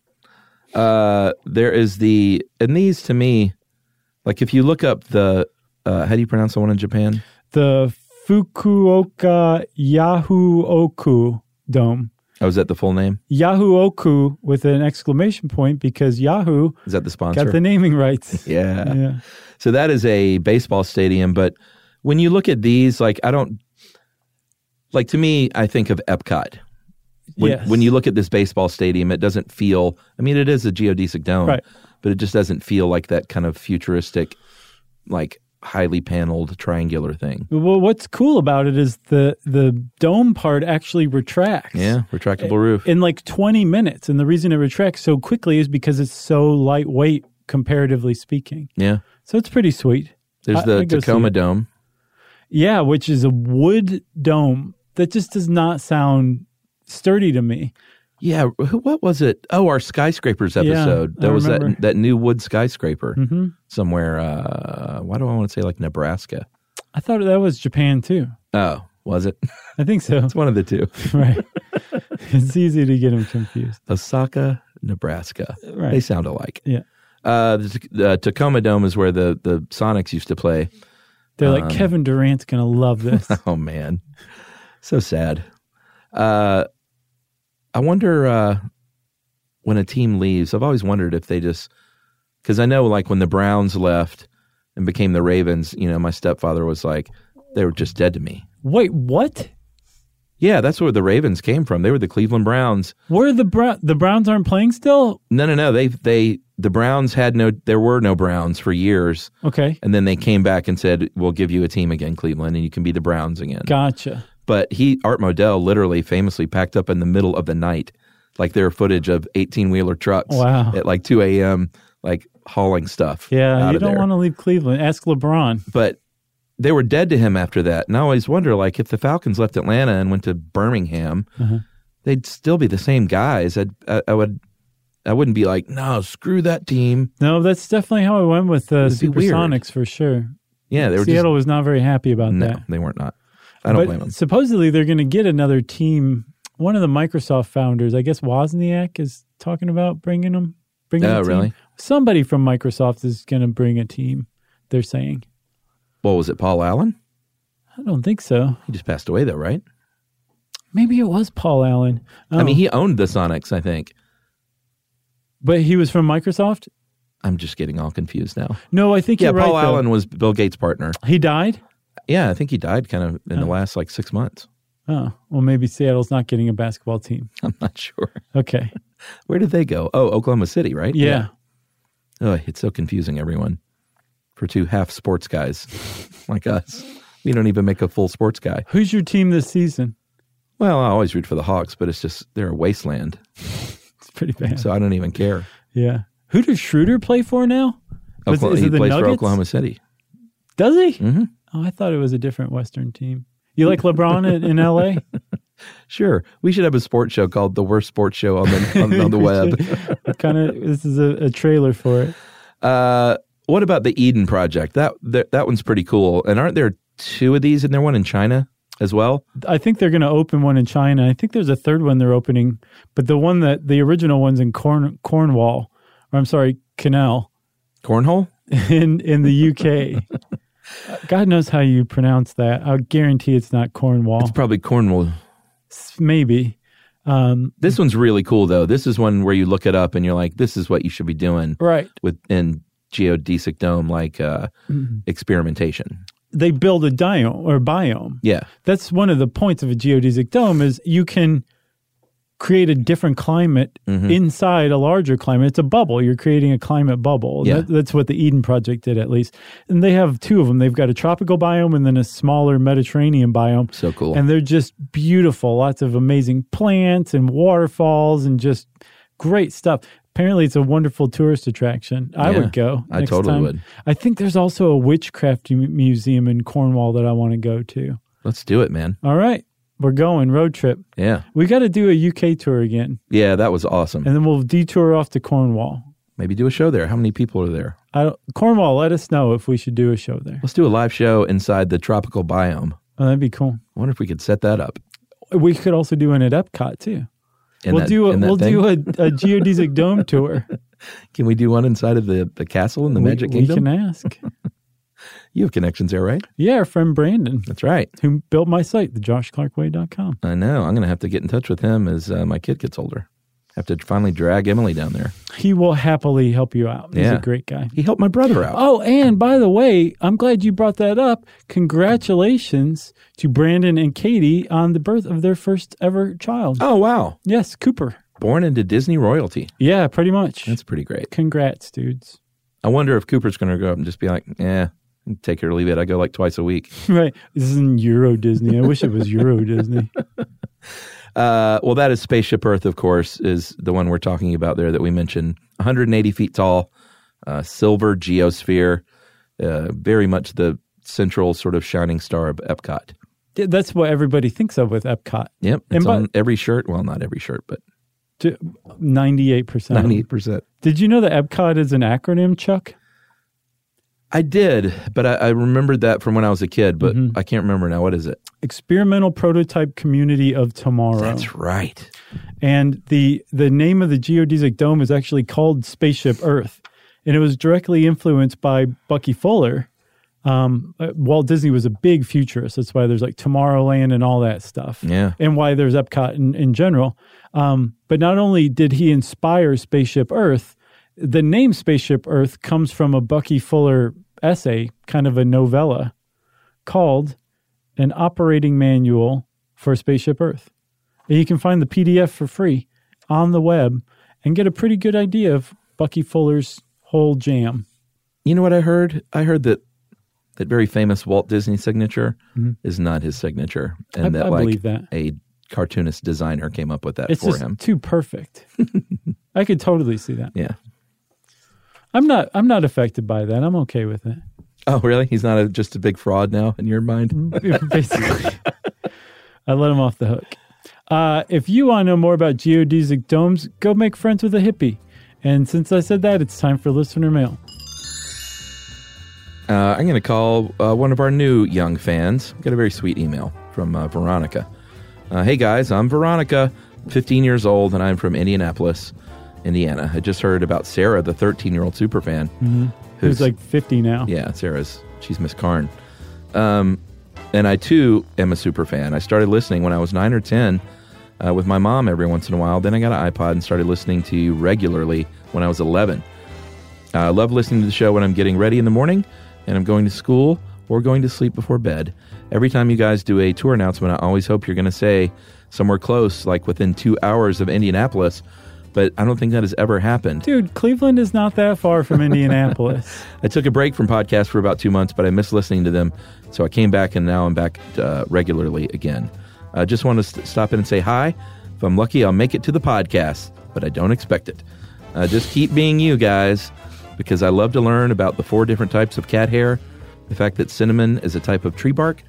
[SPEAKER 1] Uh, there is the, and these to me, like if you look up the, uh, how do you pronounce the one in Japan?
[SPEAKER 3] the Fukuoka Yahuoku Dome.
[SPEAKER 1] Oh, is that the full name?
[SPEAKER 3] Yahuoku with an exclamation point because Yahoo
[SPEAKER 1] Is that the sponsor?
[SPEAKER 3] got the naming rights.
[SPEAKER 1] yeah.
[SPEAKER 3] Yeah.
[SPEAKER 1] So that is a baseball stadium. But when you look at these, like I don't, like to me, I think of Epcot. When,
[SPEAKER 3] Yes.
[SPEAKER 1] when you look at this baseball stadium, it doesn't feel, I mean, it is a geodesic dome,
[SPEAKER 3] Right.
[SPEAKER 1] but it just doesn't feel like that kind of futuristic, like highly paneled triangular thing.
[SPEAKER 3] Well, what's cool about it is the the dome part actually retracts.
[SPEAKER 1] Yeah, retractable roof.
[SPEAKER 3] In like 20 minutes. And the reason it retracts so quickly is because it's so lightweight, comparatively speaking.
[SPEAKER 1] yeah.
[SPEAKER 3] So it's pretty sweet.
[SPEAKER 1] There's
[SPEAKER 3] I-
[SPEAKER 1] the
[SPEAKER 3] I go see
[SPEAKER 1] Tacoma
[SPEAKER 3] it.
[SPEAKER 1] Dome.
[SPEAKER 3] Yeah, which is a wood dome that just does not sound sturdy to me.
[SPEAKER 1] Yeah, who- what was it? Oh, our skyscrapers
[SPEAKER 3] Yeah,
[SPEAKER 1] episode.
[SPEAKER 3] I
[SPEAKER 1] there was that
[SPEAKER 3] remember. Mm-hmm.
[SPEAKER 1] that new wood skyscraper somewhere. Uh, why do I want to say like Nebraska?
[SPEAKER 3] I thought that was Japan too.
[SPEAKER 1] Oh, was it?
[SPEAKER 3] I think so.
[SPEAKER 1] It's one of the two.
[SPEAKER 3] right. It's easy to get them confused.
[SPEAKER 1] Osaka, Nebraska.
[SPEAKER 3] Right.
[SPEAKER 1] They sound alike.
[SPEAKER 3] Yeah.
[SPEAKER 1] Uh, the, Tac- the Tacoma Dome is where the, the Sonics used to play.
[SPEAKER 3] They're
[SPEAKER 1] Um,
[SPEAKER 3] like, Kevin Durant's going to love this.
[SPEAKER 1] Oh, man. So sad. Uh, I wonder uh, when a team leaves, I've always wondered if they just, because I know like when the Browns left and became the Ravens, you know, my stepfather was like, They were just dead to me.
[SPEAKER 3] Wait, what?
[SPEAKER 1] Yeah, that's where the Ravens came from. They were the Cleveland Browns.
[SPEAKER 3] Where the Brown the Browns aren't playing still?
[SPEAKER 1] No, no, no. They they the Browns had no. There were no Browns for years,
[SPEAKER 3] Okay,
[SPEAKER 1] and then they came back and said, "We'll give you a team again, Cleveland, and you can be the Browns again."
[SPEAKER 3] gotcha.
[SPEAKER 1] But he, Art Modell, literally famously packed up in the middle of the night. Like there are footage of eighteen wheeler trucks
[SPEAKER 3] Wow.
[SPEAKER 1] at like two a.m. like hauling stuff.
[SPEAKER 3] Yeah,
[SPEAKER 1] out
[SPEAKER 3] you
[SPEAKER 1] of
[SPEAKER 3] don't
[SPEAKER 1] there.
[SPEAKER 3] want to leave Cleveland. Ask LeBron.
[SPEAKER 1] but they were dead to him after that. And I always wonder, like, if the Falcons left Atlanta and went to Birmingham,
[SPEAKER 3] Uh-huh.
[SPEAKER 1] they'd still be the same guys. I'd, I, I would, I wouldn't be like, no, screw that team.
[SPEAKER 3] No, that's definitely how I went with uh,
[SPEAKER 1] It'd be weird.
[SPEAKER 3] Supersonics for sure.
[SPEAKER 1] Yeah, they were
[SPEAKER 3] Seattle was not very happy about
[SPEAKER 1] just no,
[SPEAKER 3] that.
[SPEAKER 1] they weren't not. I don't
[SPEAKER 3] but
[SPEAKER 1] blame them.
[SPEAKER 3] Supposedly they're going to get another team. One of the Microsoft founders, I guess Wozniak, is talking about bringing them. Bringing
[SPEAKER 1] Oh,
[SPEAKER 3] a team.
[SPEAKER 1] really?
[SPEAKER 3] Somebody from Microsoft is going to bring a team. They're saying.
[SPEAKER 1] What was it, Paul Allen?
[SPEAKER 3] I don't think so.
[SPEAKER 1] He just passed away though, right?
[SPEAKER 3] Maybe it was Paul Allen.
[SPEAKER 1] I
[SPEAKER 3] Oh,
[SPEAKER 1] mean, he owned the Sonics. I think.
[SPEAKER 3] but he was from Microsoft.
[SPEAKER 1] I'm just getting all confused now.
[SPEAKER 3] No, I think
[SPEAKER 1] Yeah,
[SPEAKER 3] you're
[SPEAKER 1] Paul
[SPEAKER 3] right, though.
[SPEAKER 1] Allen was Bill Gates' partner.
[SPEAKER 3] He died.
[SPEAKER 1] Yeah, I think he died kind of in the last like six months.
[SPEAKER 3] Oh, well, maybe Seattle's not getting a basketball team.
[SPEAKER 1] I'm not sure.
[SPEAKER 3] Okay.
[SPEAKER 1] Where did they go? Oh, Oklahoma City, right?
[SPEAKER 3] Yeah.
[SPEAKER 1] Oh, it's so confusing, everyone, for two half sports guys like us. We don't even make a full sports guy.
[SPEAKER 3] Who's your team this season?
[SPEAKER 1] Well, I always root for the Hawks, but it's just they're a wasteland,
[SPEAKER 3] It's pretty bad.
[SPEAKER 1] so I don't even care.
[SPEAKER 3] yeah. Who does Schroeder play for now? Was-
[SPEAKER 1] Oklahoma-
[SPEAKER 3] is it
[SPEAKER 1] he
[SPEAKER 3] the
[SPEAKER 1] plays
[SPEAKER 3] Nuggets?
[SPEAKER 1] for Oklahoma City.
[SPEAKER 3] Does he? Mm-hmm. Oh, I thought it was a different Western team. You like LeBron in, in LA?
[SPEAKER 1] Sure, we should have a sports show called "The Worst Sports Show on the on, on the Web."
[SPEAKER 3] kind of. This is a, a trailer for it.
[SPEAKER 1] Uh, what about the Eden Project? That, that that one's pretty cool. And aren't there two of these? And there one in China as well.
[SPEAKER 3] I think they're going to open one in China. I think there's a third one they're opening, but the one that the original one's in Corn, Cornwall, or I'm sorry, Canal
[SPEAKER 1] Cornhole.
[SPEAKER 3] in in the UK. God knows how you pronounce that. I guarantee it's not Cornwall.
[SPEAKER 1] It's probably Cornwall.
[SPEAKER 3] S- Maybe. Um,
[SPEAKER 1] This one's really cool though. This is one where you look it up and you're like, "This is what you should be doing."
[SPEAKER 3] right.
[SPEAKER 1] with in geodesic dome like uh, experimentation.
[SPEAKER 3] They build a diome or biome.
[SPEAKER 1] Yeah,
[SPEAKER 3] that's one of the points of a geodesic dome is you can create a different climate
[SPEAKER 1] Mm-hmm.
[SPEAKER 3] inside a larger climate it's a bubble you're creating a climate bubble
[SPEAKER 1] Yeah.
[SPEAKER 3] That- that's what the eden project did at least and they have two of them they've got a tropical biome and then a smaller mediterranean biome
[SPEAKER 1] so cool.
[SPEAKER 3] and they're just beautiful lots of amazing plants and waterfalls and just great stuff apparently it's a wonderful tourist attraction i
[SPEAKER 1] Yeah,
[SPEAKER 3] would go
[SPEAKER 1] I
[SPEAKER 3] next
[SPEAKER 1] totally
[SPEAKER 3] time.
[SPEAKER 1] would.
[SPEAKER 3] i think there's also a witchcraft mu- museum in cornwall that i want to go to
[SPEAKER 1] Let's do it, man.
[SPEAKER 3] all right. We're going road trip.
[SPEAKER 1] Yeah,
[SPEAKER 3] We got to do a UK tour again,
[SPEAKER 1] yeah, that was awesome.
[SPEAKER 3] and then we'll detour off to Cornwall.
[SPEAKER 1] Maybe do a show there. How many people are there?
[SPEAKER 3] I don't, Cornwall, let us know if we should do a show there.
[SPEAKER 1] Let's do a live show inside the tropical biome. I
[SPEAKER 3] Oh, that'd be cool.
[SPEAKER 1] wonder if we could set that up.
[SPEAKER 3] We could also do one at Epcot too.
[SPEAKER 1] in
[SPEAKER 3] we'll
[SPEAKER 1] that-
[SPEAKER 3] do a
[SPEAKER 1] in that
[SPEAKER 3] we'll
[SPEAKER 1] thing.
[SPEAKER 3] do a, a geodesic dome tour.
[SPEAKER 1] Can we do one inside of the, the castle in the
[SPEAKER 3] We-
[SPEAKER 1] Magic
[SPEAKER 3] we,
[SPEAKER 1] Kingdom?
[SPEAKER 3] can ask.
[SPEAKER 1] You have connections there, right?
[SPEAKER 3] Yeah, our friend Brandon,
[SPEAKER 1] That's right.
[SPEAKER 3] who built my site, thejoshclarkway.com.
[SPEAKER 1] I know. I'm going to have to get in touch with him as uh, my kid gets older. have to finally drag Emily down there.
[SPEAKER 3] He will happily help you out. He's
[SPEAKER 1] Yeah.
[SPEAKER 3] a great guy.
[SPEAKER 1] He helped my brother out.
[SPEAKER 3] Oh, and by the way, I'm glad you brought that up. Congratulations to Brandon and Katie on the birth of their first ever child.
[SPEAKER 1] oh wow!
[SPEAKER 3] Yes, Cooper.
[SPEAKER 1] Born into Disney royalty.
[SPEAKER 3] Yeah, pretty much.
[SPEAKER 1] That's pretty great.
[SPEAKER 3] Congrats, dudes.
[SPEAKER 1] I wonder if Cooper's going to go up and just be like, "Yeah, take it or leave it." I go like twice a week.
[SPEAKER 3] right. This isn't Euro Disney. I wish it was Euro Disney.
[SPEAKER 1] Uh, well, that is Spaceship Earth, of course, is the one we're talking about there that we mentioned. 180 feet tall, uh, silver geosphere, uh, very much the central sort of shining star of Epcot.
[SPEAKER 3] Yeah, That's what everybody thinks of with Epcot.
[SPEAKER 1] Yep,
[SPEAKER 3] And
[SPEAKER 1] it's
[SPEAKER 3] by-
[SPEAKER 1] on every shirt. Well, not every shirt, but
[SPEAKER 3] To- 98%.
[SPEAKER 1] 98 percent.
[SPEAKER 3] Did you know that Epcot is an acronym, Chuck?
[SPEAKER 1] I did, but I, I remembered that from when I was a kid, but I can't remember now. What is it?
[SPEAKER 3] Experimental Prototype Community of Tomorrow.
[SPEAKER 1] That's right.
[SPEAKER 3] and the the name of the geodesic dome is actually called Spaceship Earth, and it was directly influenced by Bucky Fuller. Um, uh, Walt Disney was a big futurist. That's why there's like Tomorrowland and all that stuff.
[SPEAKER 1] Yeah.
[SPEAKER 3] and why there's Epcot in, in general. Um, but not only did he inspire Spaceship Earth, the name Spaceship Earth comes from a Bucky Fuller essay, kind of a novella called an operating manual for Spaceship Earth. And you can find the PDF for free on the web and get a pretty good idea of Bucky Fuller's whole jam.
[SPEAKER 1] You know what I heard? I heard that that very famous Walt Disney signature is not his signature, and
[SPEAKER 3] Mm-hmm. I-
[SPEAKER 1] that
[SPEAKER 3] I
[SPEAKER 1] like
[SPEAKER 3] believe that.
[SPEAKER 1] a cartoonist designer came up with that
[SPEAKER 3] It's
[SPEAKER 1] for
[SPEAKER 3] just
[SPEAKER 1] him.
[SPEAKER 3] too perfect. I could totally see that.
[SPEAKER 1] Yeah.
[SPEAKER 3] I'm not I'm not affected by that. I'm okay with it.
[SPEAKER 1] Oh, really? He's not a, just a big fraud now in your mind?
[SPEAKER 3] Mm-hmm. basically. I let him off the hook. Uh, if you want to know more about geodesic domes, go make friends with a hippie. And since I said that, it's time for listener mail.
[SPEAKER 1] Uh, I'm going to call uh, one of our new young fans. Got a very sweet email from uh, Veronica. Uh, hey guys, I'm Veronica, 15 years old, and I'm from Indianapolis, Indiana. I just heard about Sarah, the 13 year old superfan,
[SPEAKER 3] Mm-hmm. Who's like 50 now?
[SPEAKER 1] Yeah, Sarah's. She's Miss Carn. Um, and I too am a super fan. I started listening when I was nine or ten uh, with my mom every once in a while. Then I got an iPod and started listening to you regularly when I was eleven. Uh, I love listening to the show when I'm getting ready in the morning and I'm going to school or going to sleep before bed. Every time you guys do a tour announcement, I always hope you're going to say somewhere close, like within two hours of Indianapolis. But I don't think that has ever happened.
[SPEAKER 3] Dude, Cleveland is not that far from Indianapolis.
[SPEAKER 1] I took a break from podcasts for about two months, but I missed listening to them. So I came back and now I'm back uh, regularly again. I just want to st- stop in and say hi. If I'm lucky, I'll make it to the podcast, but I don't expect it. Uh, just keep being you guys because I love to learn about the four different types of cat hair, the fact that cinnamon is a type of tree bark,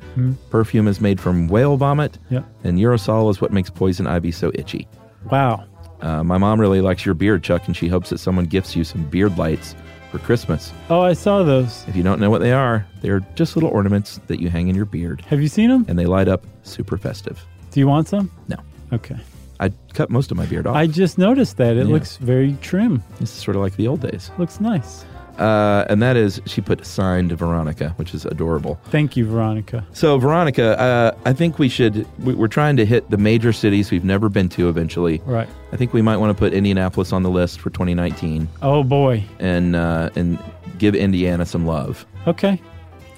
[SPEAKER 1] perfume is made from whale vomit,
[SPEAKER 3] Yeah.
[SPEAKER 1] and urosol is what makes poison ivy so itchy.
[SPEAKER 3] wow.
[SPEAKER 1] Uh, my mom really likes your beard, Chuck, and she hopes that someone gifts you some beard lights for Christmas.
[SPEAKER 3] Oh, I saw those.
[SPEAKER 1] If you don't know what they are, they're just little ornaments that you hang in your beard,
[SPEAKER 3] Have you seen them?
[SPEAKER 1] and they light up super festive.
[SPEAKER 3] Do you want some?
[SPEAKER 1] No,
[SPEAKER 3] Okay.
[SPEAKER 1] I cut most of my beard off.
[SPEAKER 3] I just noticed that. It looks very trim.
[SPEAKER 1] this is sort of like the old days.
[SPEAKER 3] Looks nice.
[SPEAKER 1] Uh, and that is, she put signed Veronica, which is adorable.
[SPEAKER 3] Thank you, Veronica.
[SPEAKER 1] So, Veronica, uh, I think we should, we, we're trying to hit the major cities we've never been to eventually.
[SPEAKER 3] Right.
[SPEAKER 1] I think we might want to put Indianapolis on the list for 2019
[SPEAKER 3] Oh, boy.
[SPEAKER 1] and, uh, and give Indiana some love.
[SPEAKER 3] Okay.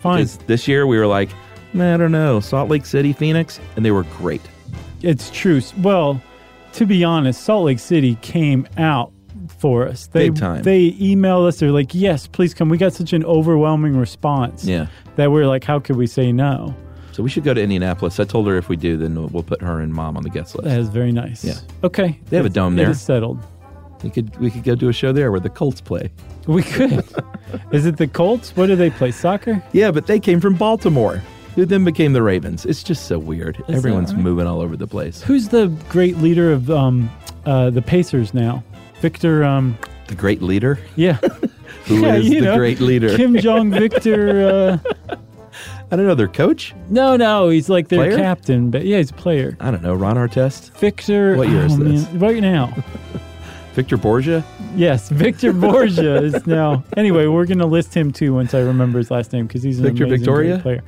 [SPEAKER 3] Fine.
[SPEAKER 1] Because this year we were like, "Nah, I don't know, Salt Lake City, Phoenix, and they were great.
[SPEAKER 3] It's true. Well, to be honest, Salt Lake City came out for us. They
[SPEAKER 1] Big time.
[SPEAKER 3] they emailed us. They're like, "Yes, please come." We got such an overwhelming response.
[SPEAKER 1] Yeah.
[SPEAKER 3] That we're like, "How could we say no?"
[SPEAKER 1] So we should go to Indianapolis. I told her if we do, then we'll- we'll put her and mom on the guest list.
[SPEAKER 3] That is very nice.
[SPEAKER 1] Yeah.
[SPEAKER 3] Okay.
[SPEAKER 1] They have a
[SPEAKER 3] It's-
[SPEAKER 1] dome
[SPEAKER 3] it
[SPEAKER 1] there.
[SPEAKER 3] is settled.
[SPEAKER 1] We could we could go do a show there where the Colts play.
[SPEAKER 3] We could. is it the Colts? What do they play? Soccer?
[SPEAKER 1] Yeah, but they came from Baltimore, who then became the Ravens. It's just so weird. Everyone's
[SPEAKER 3] alright?
[SPEAKER 1] moving all over the place.
[SPEAKER 3] Who's the great leader of um, uh, the Pacers now? Victor. Um,
[SPEAKER 1] The great leader.
[SPEAKER 3] yeah.
[SPEAKER 1] Who is
[SPEAKER 3] Yeah, you
[SPEAKER 1] the
[SPEAKER 3] know,
[SPEAKER 1] great leader?
[SPEAKER 3] Kim Jong Victor. Uh,
[SPEAKER 1] I don't know their coach.
[SPEAKER 3] no, no, he's like their
[SPEAKER 1] Player?
[SPEAKER 3] captain, but yeah, he's a player.
[SPEAKER 1] I don't know Ron Artest,
[SPEAKER 3] Victor.
[SPEAKER 1] What year is
[SPEAKER 3] oh,
[SPEAKER 1] this?
[SPEAKER 3] man, right now.
[SPEAKER 1] Victor Borgia.
[SPEAKER 3] Yes, Victor Borgia is now. Anyway, we're going to list him too once I remember his last name because he's an
[SPEAKER 1] Victor
[SPEAKER 3] amazing
[SPEAKER 1] Victoria?
[SPEAKER 3] great player.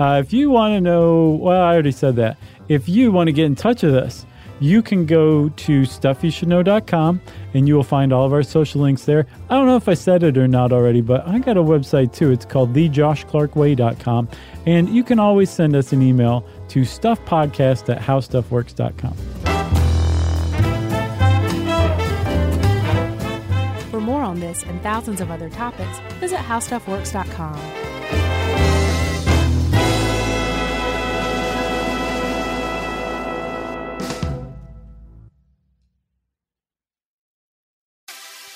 [SPEAKER 3] Uh, if you want to know, well, I already said that. If you want to get in touch with us, you can go to stuffyoushouldknow.com and you will find all of our social links there. I don't know if I said it or not already, but I got a website too. It's called thejoshclarkway.com. And you can always send us an email to stuffpodcast at howstuffworks.com.
[SPEAKER 2] For more on this and thousands of other topics, visit howstuffworks.com.